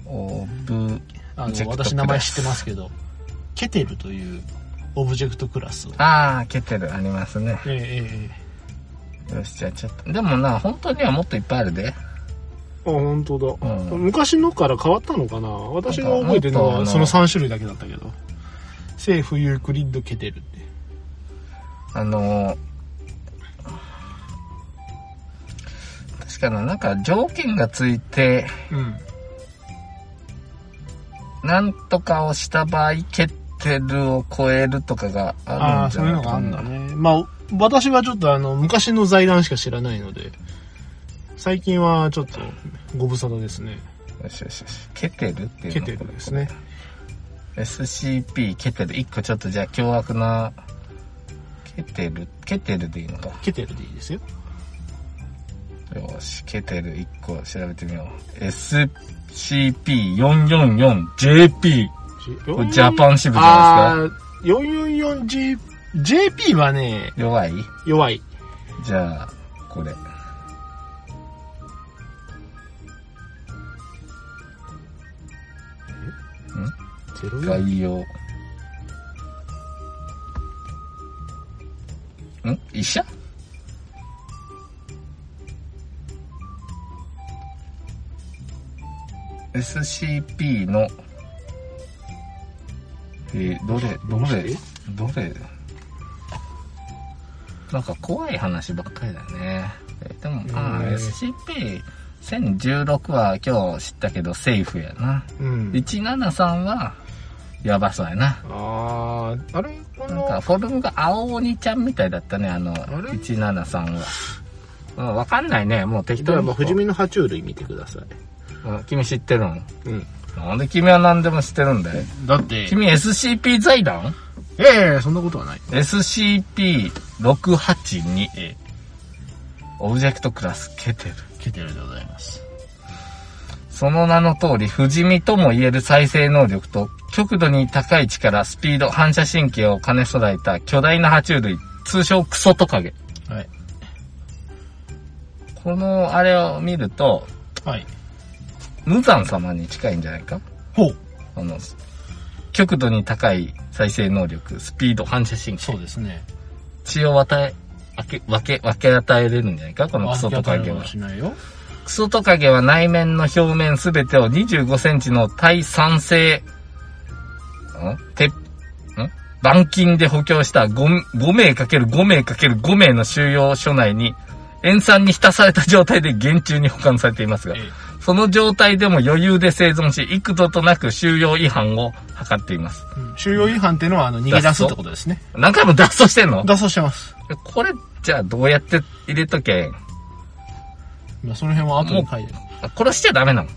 Speaker 1: オブ、
Speaker 2: あ
Speaker 1: オブジェ
Speaker 2: の、
Speaker 1: クトクラス
Speaker 2: 私名前知ってますけど、ケテルというオブジェクトクラスを。
Speaker 1: あー、ケテルありますね。
Speaker 2: ええええ
Speaker 1: よし、じゃあちょっと。でもな、本当にはもっといっぱいあるで。
Speaker 2: あ、本当だ、
Speaker 1: うん
Speaker 2: 昔のから変わったのかな私が覚えてるの
Speaker 1: なん
Speaker 2: は
Speaker 1: か
Speaker 2: その3種類だけだったけど。政府ユークリッドケテルって。
Speaker 1: あのーかな、なんか条件がついて、
Speaker 2: うん。
Speaker 1: なんとかをした場合、ケッテルを超えるとかがあ
Speaker 2: あ
Speaker 1: る
Speaker 2: あ
Speaker 1: ん
Speaker 2: ー、
Speaker 1: じ
Speaker 2: そ
Speaker 1: ゃ
Speaker 2: うい
Speaker 1: な
Speaker 2: う
Speaker 1: い
Speaker 2: のがあ
Speaker 1: か
Speaker 2: るん
Speaker 1: な
Speaker 2: だ。ね。まあ、私はちょっとあの、昔の財団しか知らないので、最近はちょっとご無沙汰ですね。
Speaker 1: よしよしよし。ケテルっていう
Speaker 2: ケ
Speaker 1: の
Speaker 2: テルですね。
Speaker 1: SCP、ケテル。一個ちょっとじゃあ凶悪な、ケテル、ケテルでいいのか。
Speaker 2: ケテルでいいですよ。
Speaker 1: よし、ケテル一個調べてみよう。SCP-444JP。これジャパン支部じゃないですか。
Speaker 2: ああー、444JP はね、
Speaker 1: 弱い
Speaker 2: 弱い。
Speaker 1: じゃあ、これ。
Speaker 2: 04
Speaker 1: 概要。ん医者？SCP のえーどれど
Speaker 2: どう
Speaker 1: れ
Speaker 2: して
Speaker 1: どれなんか怖い話ばっかりだね。えーでもまあ
Speaker 2: え
Speaker 1: SCP 1016は今日知ったけどセーフやな。
Speaker 2: うん。
Speaker 1: 173はやばそうやな。
Speaker 2: ああ、あれこ
Speaker 1: なんか
Speaker 2: の、
Speaker 1: フォルムが青鬼ちゃんみたいだったね、あの、
Speaker 2: れ
Speaker 1: 173は。うんわかんないね、もう適
Speaker 2: ド
Speaker 1: 当
Speaker 2: ラ
Speaker 1: に
Speaker 2: マ、不死身の爬虫類見てください。
Speaker 1: うん君知ってるの
Speaker 2: うん。
Speaker 1: なんで君は何でも知ってるんだよ。
Speaker 2: だって、
Speaker 1: 君 SCP 財団
Speaker 2: ええそんなことはない。
Speaker 1: ?SCP-682A。オブジェクトクラスケテル。
Speaker 2: ケテルでございます。
Speaker 1: その名の通り、不死身とも言える再生能力と、極度に高い力、スピード、反射神経を兼ね備えた巨大な爬虫類、通称クソトカゲ。
Speaker 2: はい。
Speaker 1: この、あれを見ると、
Speaker 2: はい。
Speaker 1: 無惨様に近いんじゃないか
Speaker 2: ほう。
Speaker 1: あの、極度に高い再生能力、スピード、反射神経、
Speaker 2: そうですね。
Speaker 1: 血を与え、分け、分け、分け与えれるんじゃないかこのクソトカゲ
Speaker 2: あ
Speaker 1: は
Speaker 2: や。しないよ。
Speaker 1: クソトカゲは内面の表面すべてを25センチの耐酸性、んて、ん板金で補強した 5, 5名 ×5 名 ×5 名の収容所内に塩酸に浸された状態で厳中に保管されていますが
Speaker 2: え、
Speaker 1: その状態でも余裕で生存し、幾度となく収容違反を図っています。
Speaker 2: うん収容違反っていうのは、あの、逃げ出すってことですね。
Speaker 1: 何回も脱走してんの
Speaker 2: 脱走してます。
Speaker 1: これ、じゃあどうやって入れとけばいいん
Speaker 2: まあ、その辺は後に書いて
Speaker 1: あ殺しちゃダメなの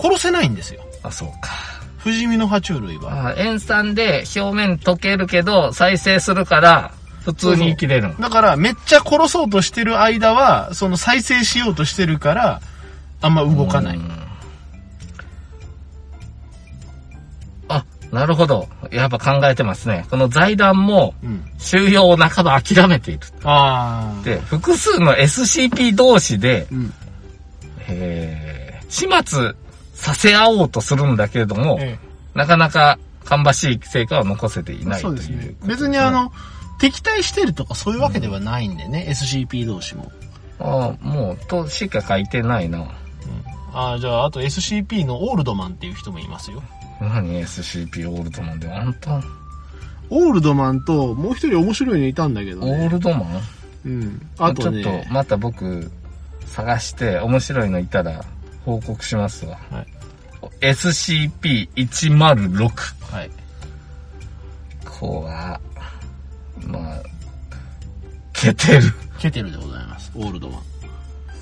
Speaker 2: 殺せないんですよ。
Speaker 1: あ、そうか。
Speaker 2: 不死身の爬虫類は。
Speaker 1: あー塩酸で表面溶けるけど、再生するから、普通に生きれるの。
Speaker 2: だから、めっちゃ殺そうとしてる間は、その再生しようとしてるから、あんま動かない。
Speaker 1: うんあ、なるほど。やっぱ考えてますね。この財団も、
Speaker 2: うん。
Speaker 1: 収容を半ば諦めている。
Speaker 2: ああ。
Speaker 1: で、複数の SCP 同士で、
Speaker 2: うん。
Speaker 1: えー始末させ合おうとするんだけれども、
Speaker 2: え
Speaker 1: なかなか芳しい成果を残せてい
Speaker 2: え。
Speaker 1: ない
Speaker 2: そ
Speaker 1: というう
Speaker 2: ですね。
Speaker 1: ことです
Speaker 2: 別
Speaker 1: ね
Speaker 2: にあ、の、敵対してるとかそういうわけではないんでね、SCP 同士も。
Speaker 1: ああ、もう、としか書いてないな。
Speaker 2: ああ、じゃあ、あと SCP のオールドマンっていう人もいますよ。
Speaker 1: 何 SCP オールドマンで本当
Speaker 2: オールドマンと、もう一人面白いのいたんだけど
Speaker 1: オールドマン
Speaker 2: うん。あと
Speaker 1: ちょっ
Speaker 2: ね
Speaker 1: と、また僕探して面白いのいたら報告しますわ、
Speaker 2: はい
Speaker 1: SCP-106
Speaker 2: はい。
Speaker 1: 怖っまあケテル
Speaker 2: ケテルでございます。オールドマン。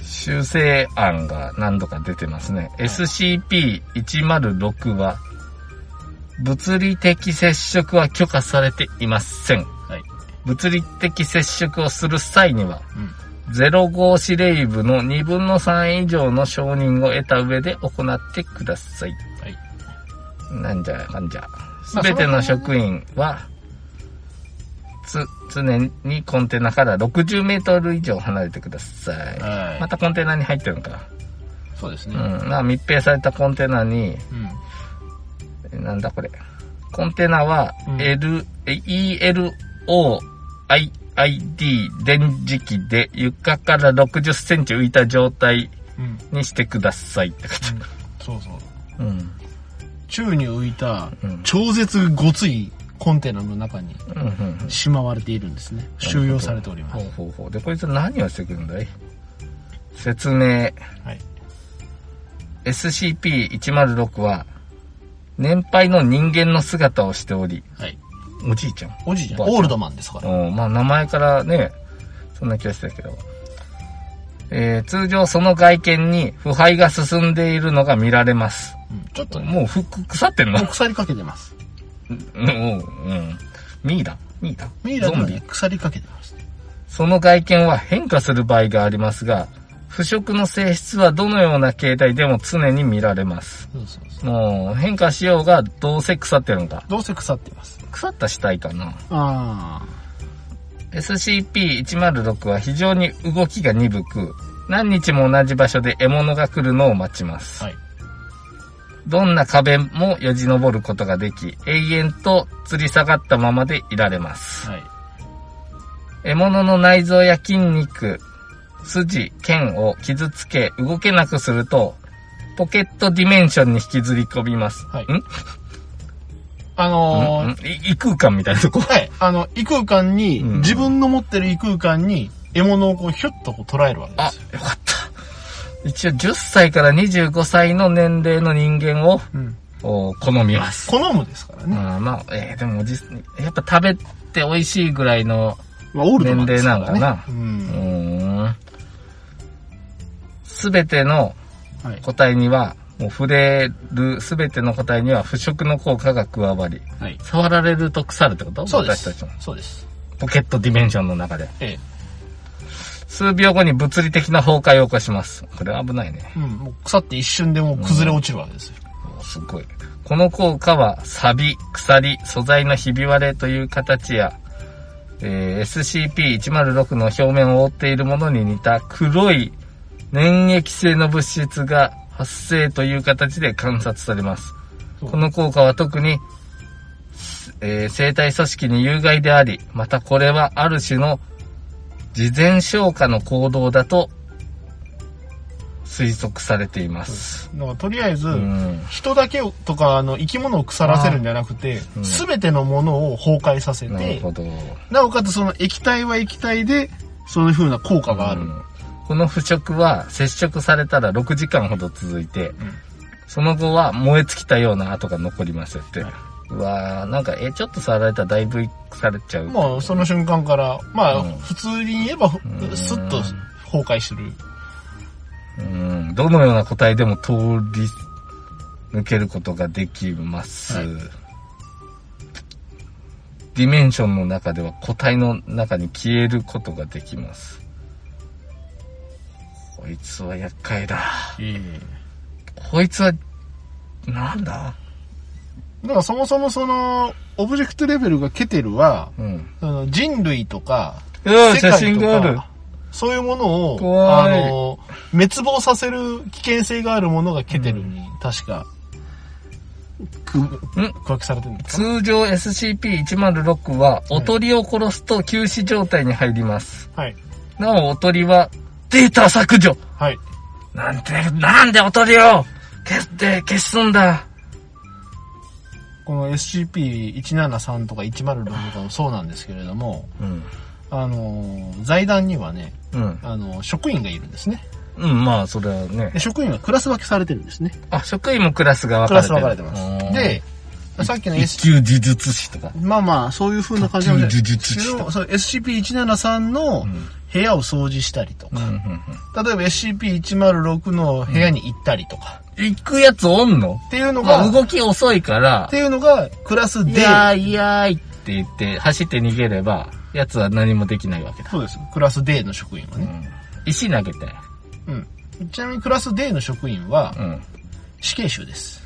Speaker 1: 修正案が何度か出てますね。SCP-106 は、物理的接触は許可されていません。
Speaker 2: はい。
Speaker 1: 物理的接触をする際には、
Speaker 2: うん。
Speaker 1: 05司令部の2分の3以上の承認を得た上で行ってください。
Speaker 2: はい。
Speaker 1: なんじゃかんじゃ。
Speaker 2: まあ
Speaker 1: すべての職員は、つ、常にコンテナから60メートル以上離れてください。
Speaker 2: はい
Speaker 1: またコンテナに入ってるのか。
Speaker 2: そうです
Speaker 1: う
Speaker 2: ね。
Speaker 1: ん。まあ密閉されたコンテナに、
Speaker 2: う
Speaker 1: え
Speaker 2: ん。
Speaker 1: なんだこれ。コンテナは
Speaker 2: うん
Speaker 1: L、え ELOIID 電磁器で床から60センチ浮いた状態
Speaker 2: うん。
Speaker 1: にしてくださいってこ
Speaker 2: そうそう。
Speaker 1: と。うん。
Speaker 2: 宙に浮いた
Speaker 1: うん
Speaker 2: 超絶ごついコンテナの中に
Speaker 1: うんうんうん。
Speaker 2: しまわれているんですね。収容されておりま
Speaker 1: ほう
Speaker 2: す。
Speaker 1: ほうほう。で、こいつ何をしてくるんだい説明。
Speaker 2: はい。
Speaker 1: SCP-106 は、年配の人間の姿をしており、
Speaker 2: はい。
Speaker 1: おじいちゃん。
Speaker 2: おじいちゃん、
Speaker 1: おばあちゃん
Speaker 2: オールドマンですから。
Speaker 1: うんまあ名前からね、そんな気がしたけど。えー通常その外見に腐敗が進んでいるのが見られます。
Speaker 2: うんちょっとね、
Speaker 1: もう服腐ってんの
Speaker 2: もう鎖かけてます。
Speaker 1: うん、うん。ミイラミイラ
Speaker 2: ミイラ
Speaker 1: ゾ
Speaker 2: が
Speaker 1: ンビ
Speaker 2: ね、鎖かけてます。
Speaker 1: その外見は変化する場合がありますが、腐食の性質はどのような形態でも常に見られます。
Speaker 2: そうそうそう。
Speaker 1: もう変化しようがどうせ腐ってるんだ。
Speaker 2: どうせ腐ってます。
Speaker 1: 腐った死体かな。
Speaker 2: あ
Speaker 1: SCP-106 は非常に動きが鈍く、何日も同じ場所で獲物が来るのを待ちます。
Speaker 2: はい
Speaker 1: どんな壁もよじ登ることができ、永遠と吊り下がったままでいられます。
Speaker 2: あ。はい。
Speaker 1: 獲物の内臓や筋肉、筋、腱を傷つけ動けなくすると、ポケットディメンションに引きずり込みます。
Speaker 2: はい
Speaker 1: ん
Speaker 2: あのー
Speaker 1: んい異空間みたいなとこ。
Speaker 2: はい。あの、異空間に、
Speaker 1: うん
Speaker 2: 自分の持ってる異空間に、獲物をこう、ひょっとこう捉えるわけで
Speaker 1: あ
Speaker 2: すよ。、
Speaker 1: よかった。一応10歳から25歳の年齢の人間を
Speaker 2: うん。
Speaker 1: お好みます。
Speaker 2: 好むですから
Speaker 1: うん、
Speaker 2: ね。
Speaker 1: まあ、えーでもおじ、やっぱ食べて美味しいぐらいの、
Speaker 2: まあ、オールドマンですから、ね。
Speaker 1: 年齢なのか
Speaker 2: う。
Speaker 1: うんーん。すべての
Speaker 2: はい。
Speaker 1: 個体には、もう触れるすべての個体には腐食の効果が加わり、
Speaker 2: はい。
Speaker 1: 触られると腐るってこと
Speaker 2: そうです
Speaker 1: 私たちの。
Speaker 2: そうです。
Speaker 1: ポケットディメンションの中で。
Speaker 2: え
Speaker 1: 数秒後に物理的な崩壊を起こします。これは危ないね。
Speaker 2: え。うん。もう腐って一瞬でもう崩れ落ちるわけですよ。
Speaker 1: すごい。この効果は、サビ、鎖、素材のひび割れという形や、えー SCP-106 の表面を覆っているものに似た黒い粘液性の物質が発生という形で観察されます。
Speaker 2: そう
Speaker 1: この効果は特に、えー生体組織に有害であり、またこれはある種の事前消化の行動だと推測されています。
Speaker 2: だからとりあえず、
Speaker 1: うん
Speaker 2: 人だけをとか、あの、生き物を腐らせるんじゃなくて
Speaker 1: うん、
Speaker 2: すべ、てのものを崩壊させ
Speaker 1: なる
Speaker 2: て、
Speaker 1: ほど。
Speaker 2: なおかつその液体は液体で、そういう風な効果がある。
Speaker 1: うんこの腐食は接触されたら6時間ほど続いて、その後は燃え尽きたような跡が残りますって。
Speaker 2: はいう
Speaker 1: わーなんか、え、ちょっと触られたらだいぶ腐れちゃう。
Speaker 2: もうその瞬間から、まあ、
Speaker 1: うん
Speaker 2: 普通に言えば、ふ
Speaker 1: ん
Speaker 2: スッと崩壊する。
Speaker 1: うん、どのような個体でも通り抜けることができます。
Speaker 2: はい
Speaker 1: ディメンションの中では個体の中に消えることができます。こいつは厄介だ。こいつは、なんだ
Speaker 2: だからそもそもその、オブジェクトレベルがケテルは、
Speaker 1: うん。
Speaker 2: その人類とか、
Speaker 1: うん、
Speaker 2: 世
Speaker 1: 写
Speaker 2: 界
Speaker 1: 真
Speaker 2: と
Speaker 1: がある。
Speaker 2: か、そういうものを、あ
Speaker 1: 怖い
Speaker 2: の、滅亡させる危険性があるものがケテルに、確か、く、
Speaker 1: ん
Speaker 2: 区分けされてるんですか
Speaker 1: 通常 SCP-106 は、おとりを殺すと休止状態に入ります。
Speaker 2: はい。
Speaker 1: なお、おとりは、データ削除
Speaker 2: はい。
Speaker 1: なんて、なんでおとりを消して、消すんだ
Speaker 2: この SCP-173 とか106とかもそうなんですけれども、
Speaker 1: うん。
Speaker 2: あの、財団にはね、
Speaker 1: うん。
Speaker 2: あの、職員がいるんですね。
Speaker 1: うん、まあ、それはね
Speaker 2: で。職員はクラス分けされてるんですね。
Speaker 1: あ、職員もクラスが
Speaker 2: ク
Speaker 1: 分か
Speaker 2: ラ
Speaker 1: れ
Speaker 2: ス
Speaker 1: てる。
Speaker 2: 分かれてます。で、さっきの
Speaker 1: うん、
Speaker 2: S、
Speaker 1: 一級呪術師とか。
Speaker 2: まあまあ、そういう風な感じなんで
Speaker 1: 卓球
Speaker 2: すけ
Speaker 1: 呪術
Speaker 2: ど、その SCP-173 の
Speaker 1: ん
Speaker 2: 部屋を掃除したりと
Speaker 1: うん、う
Speaker 2: か、
Speaker 1: ん、
Speaker 2: 例えば SCP-106 の部屋に行ったりとか、
Speaker 1: うん。行くやつおんの
Speaker 2: っていうの
Speaker 1: ま
Speaker 2: が、
Speaker 1: あ、
Speaker 2: っ
Speaker 1: 動き遅いから、
Speaker 2: ていうのが、クラス
Speaker 1: い
Speaker 2: D。
Speaker 1: やーいやーいって言って、走って逃げれば、奴は何もできないわけだ。
Speaker 2: そうです。クラス D の職員は
Speaker 1: う
Speaker 2: ね。
Speaker 1: ん。石投げて。
Speaker 2: うん。ちなみにクラス D の職員は
Speaker 1: う、ん。
Speaker 2: 死刑囚です。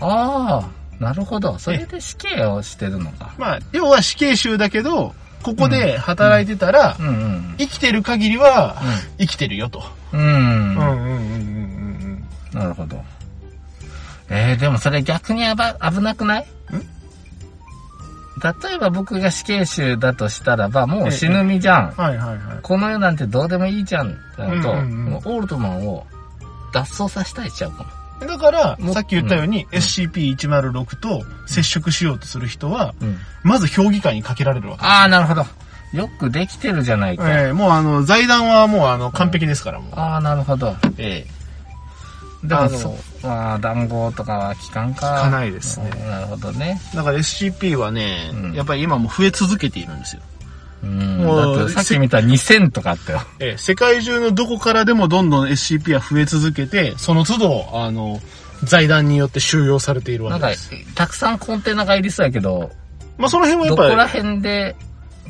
Speaker 1: ああ、なるほど。それで死刑をしてるのか。
Speaker 2: まあ、要は死刑囚だけど、ここで働いてたら
Speaker 1: う、んうん。
Speaker 2: 生きてる限りは、生きてるよと。
Speaker 1: うん。
Speaker 2: うんうんうんうん
Speaker 1: なるほど。えー、でもそれ逆にあば危なくない例えば僕が死刑囚だとしたらば、もう死ぬ身じゃん。
Speaker 2: はいはいはい。
Speaker 1: この世なんてどうでもいいじゃんってなると、
Speaker 2: うんうんうん
Speaker 1: もうオールドマンを脱走させたりしちゃうか
Speaker 2: だから
Speaker 1: も、
Speaker 2: さっき言ったように、SCP-106 と接触しようとする人
Speaker 1: も。
Speaker 2: は、
Speaker 1: うん。
Speaker 2: まず評議会にかけられるわけ。
Speaker 1: ああ、なるほど。よくできてるじゃないか。
Speaker 2: ええもうあの、財団はもうあの、完璧ですから、もう。
Speaker 1: ああ、なるほど。
Speaker 2: ええ。
Speaker 1: でも
Speaker 2: あの
Speaker 1: そう。まあ、談合とかは聞かんか。
Speaker 2: 聞かないですね
Speaker 1: うんなるほどね。
Speaker 2: だから SCP はね、
Speaker 1: うん
Speaker 2: やっぱり今も増え続けているんですよ。
Speaker 1: うん。
Speaker 2: もう
Speaker 1: だってさっき見た2000とかあったよ。
Speaker 2: ええ、世界中のどこからでもどんどん SCP は増え続けて、その都度、あの、財団によって収容されている
Speaker 1: な
Speaker 2: わ
Speaker 1: ん
Speaker 2: け
Speaker 1: か
Speaker 2: です。、
Speaker 1: たくさんコンテナがいりそうやけど、
Speaker 2: まあその辺はや
Speaker 1: ど
Speaker 2: っ
Speaker 1: こ
Speaker 2: ぱり、
Speaker 1: ら辺で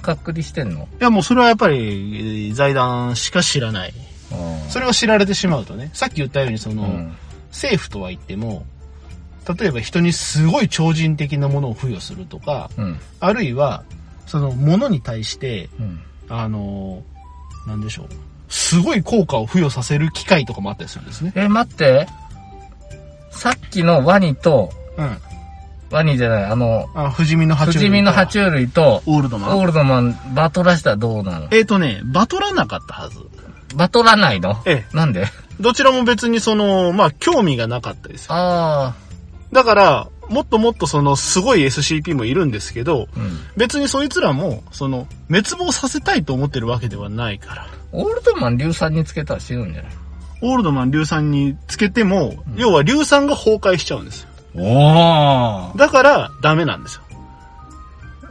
Speaker 1: 隔離してんの
Speaker 2: いやもうそれはやっぱりえー財団しか知らない。
Speaker 1: うん
Speaker 2: それを知られてしまうとね、さっき言ったようにその、
Speaker 1: うん。
Speaker 2: 政府とは言っても、例えば人にすごい超人的なものを付与するとか、
Speaker 1: うん。
Speaker 2: あるいは、その物に対して、
Speaker 1: うん。
Speaker 2: あの、なんでしょう。すごい効果を付与させる機会とかもあったりするんですね。
Speaker 1: え、待って。さっきのワニと、
Speaker 2: うん。
Speaker 1: ワニじゃない、あの、
Speaker 2: あ、不死身の爬
Speaker 1: 不
Speaker 2: 虫類。
Speaker 1: 死身の爬虫類と、
Speaker 2: オールドマ
Speaker 1: オ
Speaker 2: ン。
Speaker 1: ールドマン、バトらしたらどうなの
Speaker 2: えっ、とね、バトらなかったはず。
Speaker 1: バトらないの
Speaker 2: え
Speaker 1: なんで
Speaker 2: どちらも別にその、まあ、興味がなかったですよ。
Speaker 1: あ
Speaker 2: だから、もっともっとその、すごい SCP もいるんですけど、
Speaker 1: あ、うん。
Speaker 2: 別にそいつらも、その、滅亡させたいと思ってるわけではないから。
Speaker 1: オールドマン硫酸につけたら死ぬんじゃない
Speaker 2: オールドマン硫酸につけても、要は硫酸が崩壊しちゃうんですよ。
Speaker 1: お
Speaker 2: だから、ダメなんですよ。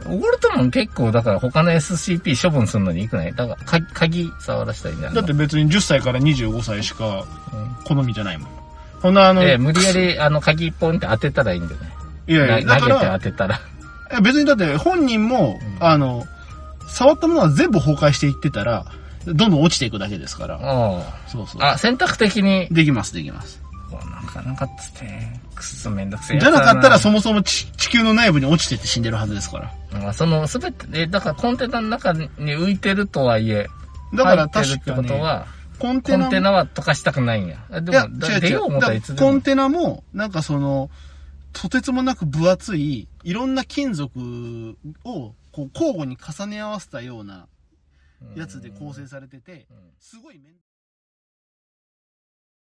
Speaker 1: オールドマン結構、だから他の SCP 処分するのにいくないだから、か鍵触らしたらいいんじゃない
Speaker 2: だ
Speaker 1: の
Speaker 2: って別に10歳から25歳しか
Speaker 1: うん
Speaker 2: 好みじゃないもん。こんなあの、
Speaker 1: ええ無理やり、あの、鍵ポンって当てたらいいんじゃ
Speaker 2: いや
Speaker 1: ない
Speaker 2: や、
Speaker 1: な
Speaker 2: だ
Speaker 1: 投
Speaker 2: か
Speaker 1: げ
Speaker 2: ら、
Speaker 1: て当てたら。
Speaker 2: いや別にだって本人も、
Speaker 1: うん
Speaker 2: あの、触ったものは全部崩壊していってたら、どんどん落ちていくだけですから。
Speaker 1: あ
Speaker 2: そうそう。
Speaker 1: あ、選択的に。
Speaker 2: できます、できます。
Speaker 1: こうなかなかっつって、くっそめんどくせえ
Speaker 2: じ
Speaker 1: やつ
Speaker 2: ゃ
Speaker 1: だ。
Speaker 2: なかったらそもそも地地球の内部に落ちてって死んでるはずですから。
Speaker 1: まあその、すべて、え、だからコンテナの中に浮いてるとはいえ、
Speaker 2: だか
Speaker 1: 入っ
Speaker 2: ら
Speaker 1: てる
Speaker 2: 確
Speaker 1: って
Speaker 2: か
Speaker 1: こ
Speaker 2: に、
Speaker 1: とは、
Speaker 2: コン
Speaker 1: コ
Speaker 2: テナ
Speaker 1: ン
Speaker 2: も
Speaker 1: テナは溶かしたくないんや。あ
Speaker 2: い
Speaker 1: で
Speaker 2: や、
Speaker 1: も、
Speaker 2: 違
Speaker 1: だ
Speaker 2: う
Speaker 1: 出よう
Speaker 2: 違
Speaker 1: 思
Speaker 2: う。
Speaker 1: ったら
Speaker 2: だ
Speaker 1: いつで
Speaker 2: コ
Speaker 1: も
Speaker 2: ン。テナも、なんかその、とてつもなく分厚い、いろんな金属を、こう、交互に重ね合わせたようなやつで構成されてて、すごい面倒